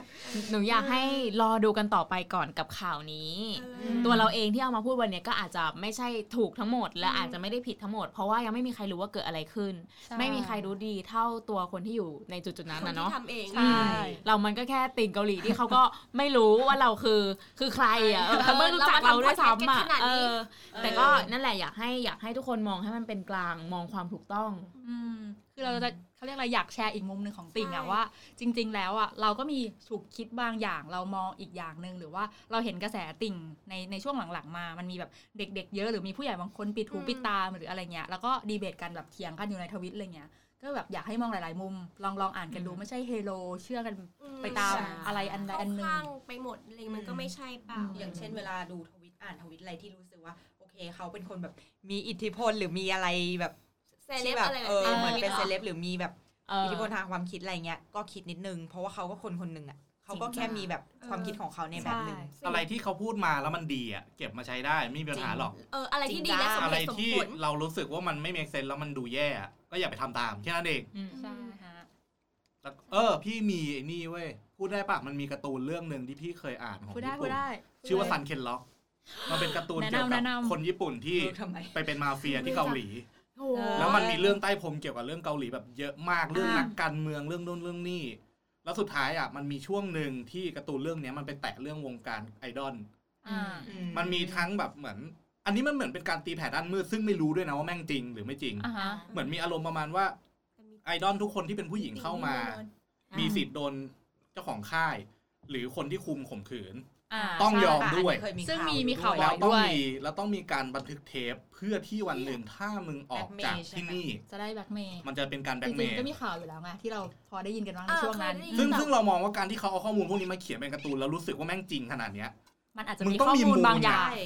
[SPEAKER 2] หนูอยากให้รอดูกันต่อไปก่อนกับข่าวนี้
[SPEAKER 6] อ
[SPEAKER 2] ตัวเราเองที่เอามาพูดวันเนี้ยก็อาจจะไม่ใช่ถูกทั้งหมด และอาจจะไม่ได้ผิดทั้งหมด เพราะว่ายังไม่มีใครรู้ว่าเกิดอะไรขึ้น ไม่มีใครรู้ดีเท่าตัวคนที่อยู่ในจุดๆนั้น
[SPEAKER 3] คน
[SPEAKER 2] นะ
[SPEAKER 3] ที่
[SPEAKER 2] เนาะ
[SPEAKER 3] ทำเอง
[SPEAKER 5] ใช่
[SPEAKER 2] เรามันก็แค่ติ่งเกาหลีที่เขาก็ ไม่รู้ว่าเราคือคือใครอ่ะเออเขาไม่รู้จักเราด้วยซ้ำอ่ะเออ แต่ก็นั่นแหละอยากให้อยากให้ทุกคนมองให้มันเป็นกลางมองความถูกต้อง
[SPEAKER 5] อืมคือเราจะเขาเรียกอะไรอยากแชร์อีกมุมหนึ่งของติ่งอะว่า จริง ๆ แล้วอะเราก็มีถูกคิดบางอย่างเรามองอีกอย่างหนึ่งหรือว่าเราเห็นกระแสติ่งในในช่วงหลังๆมา มันมีแบบเด็ก ๆ เยอะหรือมีผู้ใหญ่บางคนปิดหูปิดตาหรืออะไรเงี้ยแล้วก็ดีเบตกันแบบเถียงกันอยู่ในทวิตอะไรเงี้ยก็แบบอยากให้มองหลาย ๆ มุมลองลองอ่านกันดู
[SPEAKER 2] อืม
[SPEAKER 5] ไม่ใช่เฮโลเชื่อกัน
[SPEAKER 3] อื
[SPEAKER 5] ไปตาม
[SPEAKER 6] ใช่
[SPEAKER 5] อะไรอันใด
[SPEAKER 3] เข้า
[SPEAKER 5] อันหนึ่ง
[SPEAKER 3] ข้างไปหมดเลยมันก็ไม่ใช่เปล่า
[SPEAKER 6] อย่างเช่นเวลาดูทวิตอ่านทวิตอะไรที่รู้สึกว่า โอเคเขาเป็นคนแบบมีอิทธิพลหรือมีอะไรแบบ
[SPEAKER 3] เซเล
[SPEAKER 6] ที่
[SPEAKER 3] บ
[SPEAKER 6] แบบ
[SPEAKER 3] อะไรแบบ
[SPEAKER 6] เออเหมือน
[SPEAKER 3] ย
[SPEAKER 6] เป็นเซเลบหรือมีแบบ
[SPEAKER 2] เออ
[SPEAKER 6] อิทธิพ
[SPEAKER 2] อ
[SPEAKER 6] ลทางความคิดอะไรเงี้ยก็คิดนิดนึง เพราะว่าเขาก็คนคนหนึ่งอ่ะเขาก็แค่มีแบบความคิดของเขาในแบบหนึ่ง
[SPEAKER 4] อะไรที่เขาพูดมาแล้วมันดีอ่ะเก็บมาใช้ได้ไม่มีปัญหาหรอก
[SPEAKER 3] เอออะไรที่ดีและสม
[SPEAKER 4] อะ
[SPEAKER 3] เห
[SPEAKER 4] ไร
[SPEAKER 3] ตุสม
[SPEAKER 4] ที่
[SPEAKER 3] ผล
[SPEAKER 4] เรารู้สึกว่ามันไม่ make sense แล้วมันดูแย่อะก็อย่าไปทำตามแค่นั้นเอง
[SPEAKER 5] ใช่ฮะ
[SPEAKER 4] แล้วเออ พี่มีไอ้นี่เว้ย พูดได้ปะมันมีการ์ตูนเรื่องหนึ่งที่พี่เคยอ่านของ
[SPEAKER 5] พูดได้
[SPEAKER 4] ญี่
[SPEAKER 5] พู
[SPEAKER 4] ปุ่
[SPEAKER 5] ด
[SPEAKER 4] น
[SPEAKER 5] ได้
[SPEAKER 4] ชื่อว่าซันเคนล็อกมันเป็นการ์ตูน
[SPEAKER 5] แนะนำ
[SPEAKER 4] เกี่ยวกับ
[SPEAKER 5] แนะนำ
[SPEAKER 4] คนญี่ปุ่นที่
[SPEAKER 6] รู้ทำไม
[SPEAKER 4] ไปเป็นมาเฟียที่เกาหลี
[SPEAKER 2] โอ้โห
[SPEAKER 4] แล้วมันมีเรื่องใต้พรมเกี่ยวกับเรื่องเกาหลีแบบเยอะมากเรื่องนักการเมืองเรื่องนู่นเรื่องนี่แล้วสุดท้ายอ่ะมันมีช่วงหนึ่งที่การ์ตูนเรื่องเนี้ยมันไปแตะเรื่องวงการไอดอล
[SPEAKER 5] อ่า
[SPEAKER 6] อื
[SPEAKER 4] มันมีทั้งแบบเหมือน อันนี้มันเหมือนเป็นการตีแผ่ด้านมืดซึ่งไม่รู้ด้วยนะว่าแม่งจริงหรือไม่จริง
[SPEAKER 5] อ่าฮะ
[SPEAKER 4] เหมือนมีอารมณ์ประมาณว่าไอดอลทุกคนที่เป็นผู้หญิงเข้ามา
[SPEAKER 3] จริงๆ
[SPEAKER 4] มีสิทธิ์โดนเจ้าของค่าย หรือคนที่คุมข่มขืน
[SPEAKER 5] อ่า
[SPEAKER 4] ต้องยอม
[SPEAKER 6] ะ
[SPEAKER 4] ด้วย
[SPEAKER 6] นนี้เคยมี
[SPEAKER 5] ซึ่งมี
[SPEAKER 6] ข่าว
[SPEAKER 5] มีข่าว
[SPEAKER 6] ด้ย
[SPEAKER 4] แล้วต้อง
[SPEAKER 5] ด้วย
[SPEAKER 4] มีแล้วต้องมีการบันทึกเทปเพื่อที่วันหนึ่งถ้ามึงออกจากที่นี่
[SPEAKER 5] จะได้แบล็กเมย์
[SPEAKER 4] มันจะเป็นการแบ็
[SPEAKER 5] จ
[SPEAKER 4] กเม
[SPEAKER 5] ริงๆ
[SPEAKER 4] ย์
[SPEAKER 5] ก็มีข่าวอยู่แล้วไงที่เราพอได้ยินกันบ้างใน
[SPEAKER 3] เออ
[SPEAKER 5] ช่วงนั้น
[SPEAKER 3] เคยได้ยิน
[SPEAKER 4] ซึ่งซึ่งเรามองว่าการที่เขาเอาข้อมูลพวกนี้มาเขียนเป็นการ์ตูนแล้วรู้สึกว่าแม่งจริงขนาดเนี้ย
[SPEAKER 5] มันอาจจะ
[SPEAKER 4] มึง
[SPEAKER 5] มี
[SPEAKER 4] ต้อง
[SPEAKER 5] ข้อ
[SPEAKER 4] มี
[SPEAKER 5] มูล
[SPEAKER 4] มูล
[SPEAKER 5] บางอย่าง
[SPEAKER 6] ใช่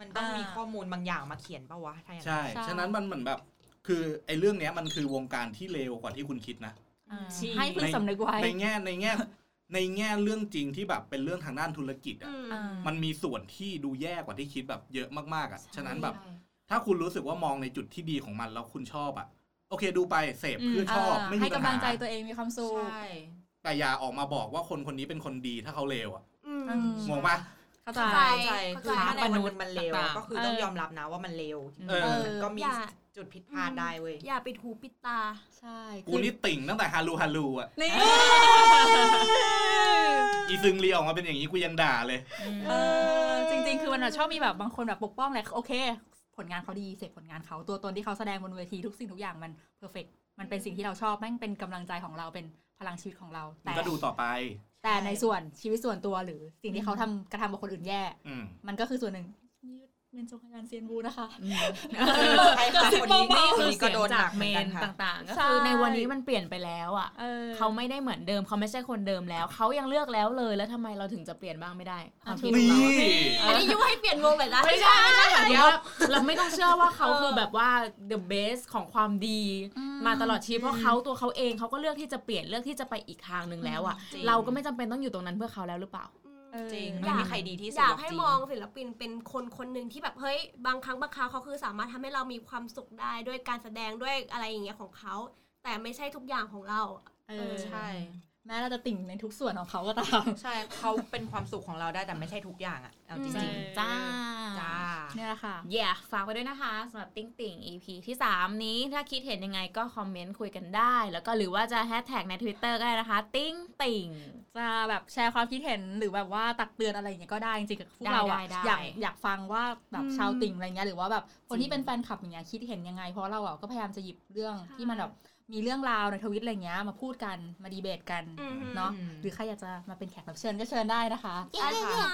[SPEAKER 6] มันต้องมี
[SPEAKER 5] อ่า
[SPEAKER 6] ข้อมูลบางอย่างมาเขียนปะวะถ้าอย่างนั้น
[SPEAKER 4] ใช่
[SPEAKER 5] ใช่
[SPEAKER 4] ฉะนั้นมันเหมือนแบบ คือไอ้เรื่องเนี้ยมันคือวงการที่เลวกว่าที่คุณคิดนะ
[SPEAKER 5] อ่า
[SPEAKER 2] ใช่
[SPEAKER 5] ให้พึงสำนึกไว้
[SPEAKER 4] ในแง่ในแง่ ในแง่เรื่องจริงที่แบบเป็นเรื่องทางด้านธุรกิจ
[SPEAKER 3] อื
[SPEAKER 4] อ่ะ
[SPEAKER 3] ม
[SPEAKER 5] อ่า
[SPEAKER 4] มันมีส่วนที่ดูแย่กว่าที่คิดแบบเยอะมากๆอ่ะ ฉะนั้นแบบ
[SPEAKER 5] ใช่
[SPEAKER 4] ถ้าคุณรู้สึกว่ามองในจุดที่ดีของมันแล้วคุณชอบอ่ะ โอเคดูไปเสพเพื่อชอบ
[SPEAKER 5] เ
[SPEAKER 4] ไม่มี
[SPEAKER 5] ให้
[SPEAKER 4] ปัญ
[SPEAKER 5] กำลั
[SPEAKER 4] หาง
[SPEAKER 5] ใจตัวเองมีความสุข
[SPEAKER 6] ใช่
[SPEAKER 4] แต่อย่าออกมาบอกว่าคนคนนี้เป็นคนดีถ้าเขาเลวอ่ะ
[SPEAKER 3] อืม
[SPEAKER 5] อืม
[SPEAKER 4] งงปะ
[SPEAKER 5] เข้าใจ
[SPEAKER 3] เข้าใจ
[SPEAKER 6] เข้าใจคือถ้าในวันหนึงมันเลว
[SPEAKER 2] ต่างๆ
[SPEAKER 6] ก็คือต้องยอมรับนะว่ามันเลว
[SPEAKER 4] เออ
[SPEAKER 6] มันก็มี
[SPEAKER 3] อย่า
[SPEAKER 6] จุดผิดพลาดได้เว้ย
[SPEAKER 3] อย่าปิดหูปิดตา
[SPEAKER 5] ใช่
[SPEAKER 4] กูนี่ติ่งตั้งแต่ฮารูฮารูอ่ะ
[SPEAKER 5] นี่
[SPEAKER 4] อีซึงรีออกมาเป็นอย่างนี้กูยังด่าเลย
[SPEAKER 5] เออจริงๆ คือมันอะชอบมีแบบบางคนแบบปกป้องแหละโอเค ผลงานเขาดีเสพผลงานเขาตัวตนที่เขาแสดงบนเวทีทุกสิ่งทุกอย่างมันเพอร์เฟกมันเป็นสิ่งที่เราชอบแม่งเป็นกำลังใจของเราเป็นพลังชีวิตของเรา
[SPEAKER 4] มึ
[SPEAKER 5] แต่
[SPEAKER 4] งก็ดูต่อไป
[SPEAKER 5] แต่ในส่วนชีวิตส่วนตัวหรือสิ่งที่เขาทำกระทำกับคนอื่นแย่
[SPEAKER 4] อืม
[SPEAKER 5] มันก็คือส่วนหนึ่งนี่เป็นจงการเซียนบูนะคะ
[SPEAKER 6] ใช่ค่ะคนนี้
[SPEAKER 2] นี่
[SPEAKER 6] คน
[SPEAKER 2] คือ
[SPEAKER 6] นี้ก็
[SPEAKER 2] เสีย
[SPEAKER 6] โดน
[SPEAKER 2] ง
[SPEAKER 6] ห
[SPEAKER 2] จา
[SPEAKER 6] นั
[SPEAKER 2] ก
[SPEAKER 6] ก
[SPEAKER 2] เม
[SPEAKER 6] เมน
[SPEAKER 2] น
[SPEAKER 6] กันค่ะ
[SPEAKER 2] ต่างๆ ก็
[SPEAKER 5] ใช่
[SPEAKER 2] คือในวันนี้มันเปลี่ยนไปแล้วอ่ะ
[SPEAKER 5] เออ
[SPEAKER 2] เขาไม่ได้เหมือนเดิมเขาไม่ใช่คนเดิมแล้ว เขายังเลือกแล้วเลยแล้วทำไมเราถึงจะเปลี่ยนบ้างไม่ได้ความคิดของ
[SPEAKER 4] นี่
[SPEAKER 2] เรา
[SPEAKER 3] อันนี้ยุให้เปลี่ยนวงเลยนะ
[SPEAKER 2] ไม่ใช่ไม่ใช่แบบนี้ว่าเราไม่ต้องเชื่อว่าเขาคือแบบว่า the best ของความดี
[SPEAKER 5] อืม
[SPEAKER 2] มาตลอดชีวิตเพราะเขาตัวเขาเองเขาก็เลือกที่จะเปลี่ยนเลือกที่จะไปอีกทางหนึ่งแล้วอ่ะ
[SPEAKER 6] จริง
[SPEAKER 2] เราก็ไม่จำเป็นต้องอยู่ตรงนั้นเพื่อเขาแล้วหรือเปล่า
[SPEAKER 5] เออ
[SPEAKER 6] จริง
[SPEAKER 3] อ
[SPEAKER 6] ไม่
[SPEAKER 3] ยาก
[SPEAKER 6] มีใครดีที่สุด
[SPEAKER 3] อยากให้
[SPEAKER 6] จริ
[SPEAKER 3] มองศิลปินเป็นคนคนหนึ่งที่แบบเฮ้ยบางครั้งบางคราวเขาคือสามารถทำให้เรามีความสุขได้ด้วยการแสดงด้วยอะไรอย่างเงี้ยของเขา แต่ไม่ใช่ทุกอย่างของเรา
[SPEAKER 5] เออ
[SPEAKER 6] ใช่
[SPEAKER 5] แม้เราจะติ่งในทุกส่วนของเขาก็ตาม
[SPEAKER 6] ใช่เขาเป็นความสุขของเราได้แต่ไม่ใช่ทุกอย่างอ่ะเอาจ
[SPEAKER 5] ใช่
[SPEAKER 6] ริง
[SPEAKER 2] จ้า
[SPEAKER 6] ๆจ้า
[SPEAKER 5] เนี่ยแหละค่ะ
[SPEAKER 2] เย่ฝากไว้ด้วยนะคะสำหรับติ๊งติ่ง EP ที่ 3 นี้ถ้าคิดเห็นยังไงก็คอมเมนต์คุยกันได้ แล้วก็หรือว่าจะแฮชแท็กใน Twitter ก็ได้นะคะ ติ๊งติ่ง
[SPEAKER 5] จะแบบแชร์ความคิดเห็นหรือแบบว่าตักเตือนอะไรอย่างเงี้ยก็ได้จริงๆพวกเราอะ
[SPEAKER 2] ได้
[SPEAKER 5] อ
[SPEAKER 2] ได้ได้
[SPEAKER 5] ยากอยากฟังว่าแบบ
[SPEAKER 3] อืม
[SPEAKER 5] ชาวติ่งอะไรเงี้ยหรือว่าแบบคนที่เป็นแฟนคลับอย่างเงี้ยคิดเห็นยังไง เพราะเราอะก็พยายามจะหยิบเรื่อง
[SPEAKER 3] ใช่
[SPEAKER 5] ที่มันแบบมีเรื่องราวในทวิตอะไรเงี้ยมาพูดกันมาดีเบตกัน
[SPEAKER 3] อืม
[SPEAKER 5] เนาะ
[SPEAKER 6] อืม
[SPEAKER 5] หรือใครอยากจะมาเป็นแขกรับเชิญก็เชิญได้นะคะ
[SPEAKER 6] ใช่ค่ะ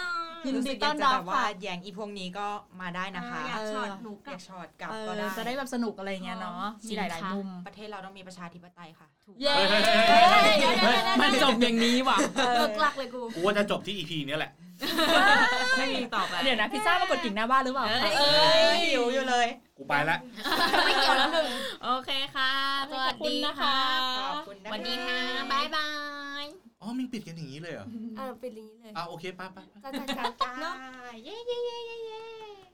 [SPEAKER 5] ยิน
[SPEAKER 6] รู้
[SPEAKER 5] ดี
[SPEAKER 6] สึกอ
[SPEAKER 5] ต้อ
[SPEAKER 6] ยา
[SPEAKER 5] ก น
[SPEAKER 6] จะ
[SPEAKER 5] รั
[SPEAKER 6] แบบ บว่า
[SPEAKER 5] ค่ะ
[SPEAKER 6] แยงอีพวกนี้ก็มาได้นะคะ
[SPEAKER 3] อยากช็อตหนู
[SPEAKER 6] อก
[SPEAKER 3] ลั
[SPEAKER 6] ยา
[SPEAKER 3] บ
[SPEAKER 6] กช็อตกลับ
[SPEAKER 5] เอ
[SPEAKER 6] ก็
[SPEAKER 5] อ
[SPEAKER 6] ได้
[SPEAKER 5] จะได้แบบสนุกอะไรเงี้ยเนาะมีหลาย ๆ มุม
[SPEAKER 6] ประเทศเราต้องมีประชาธิปไตยค่ะ
[SPEAKER 5] เย้
[SPEAKER 4] เฮ้ยเฮ้ยเฮ้ย
[SPEAKER 3] เดี๋ยวเดี๋ยวเดี๋ยวเดี๋ยว
[SPEAKER 2] มันจบอย่างนี้ว่ะ
[SPEAKER 3] เลิกลักเลยกู
[SPEAKER 4] กูว่าจะจบที่ EP เนี้ยแหละ
[SPEAKER 2] ไม่มีต่อไป
[SPEAKER 5] เดี๋ยวนะพิซซ่ามากดกิ่งหน้าบ้านหรือเปล่าคะ
[SPEAKER 6] เอ้ยหิวอยู่เลย
[SPEAKER 4] กูไปละ
[SPEAKER 2] ไม่เกี่ยวแล้วหนึ่งโอเคค่ะสวัสดีค่ะ
[SPEAKER 6] ขอบคุณนะคะ
[SPEAKER 2] สวัสดีค่ะบ๊ายบาย
[SPEAKER 4] อ๋อมึงปิดกันอย่างนี้เลยเหรอ
[SPEAKER 3] เออเป็นอย่างนี้เลย
[SPEAKER 4] อ่ะโอเคไป้าป้า
[SPEAKER 3] จะจัดการเนาะ
[SPEAKER 6] เย้เย้เย้เย้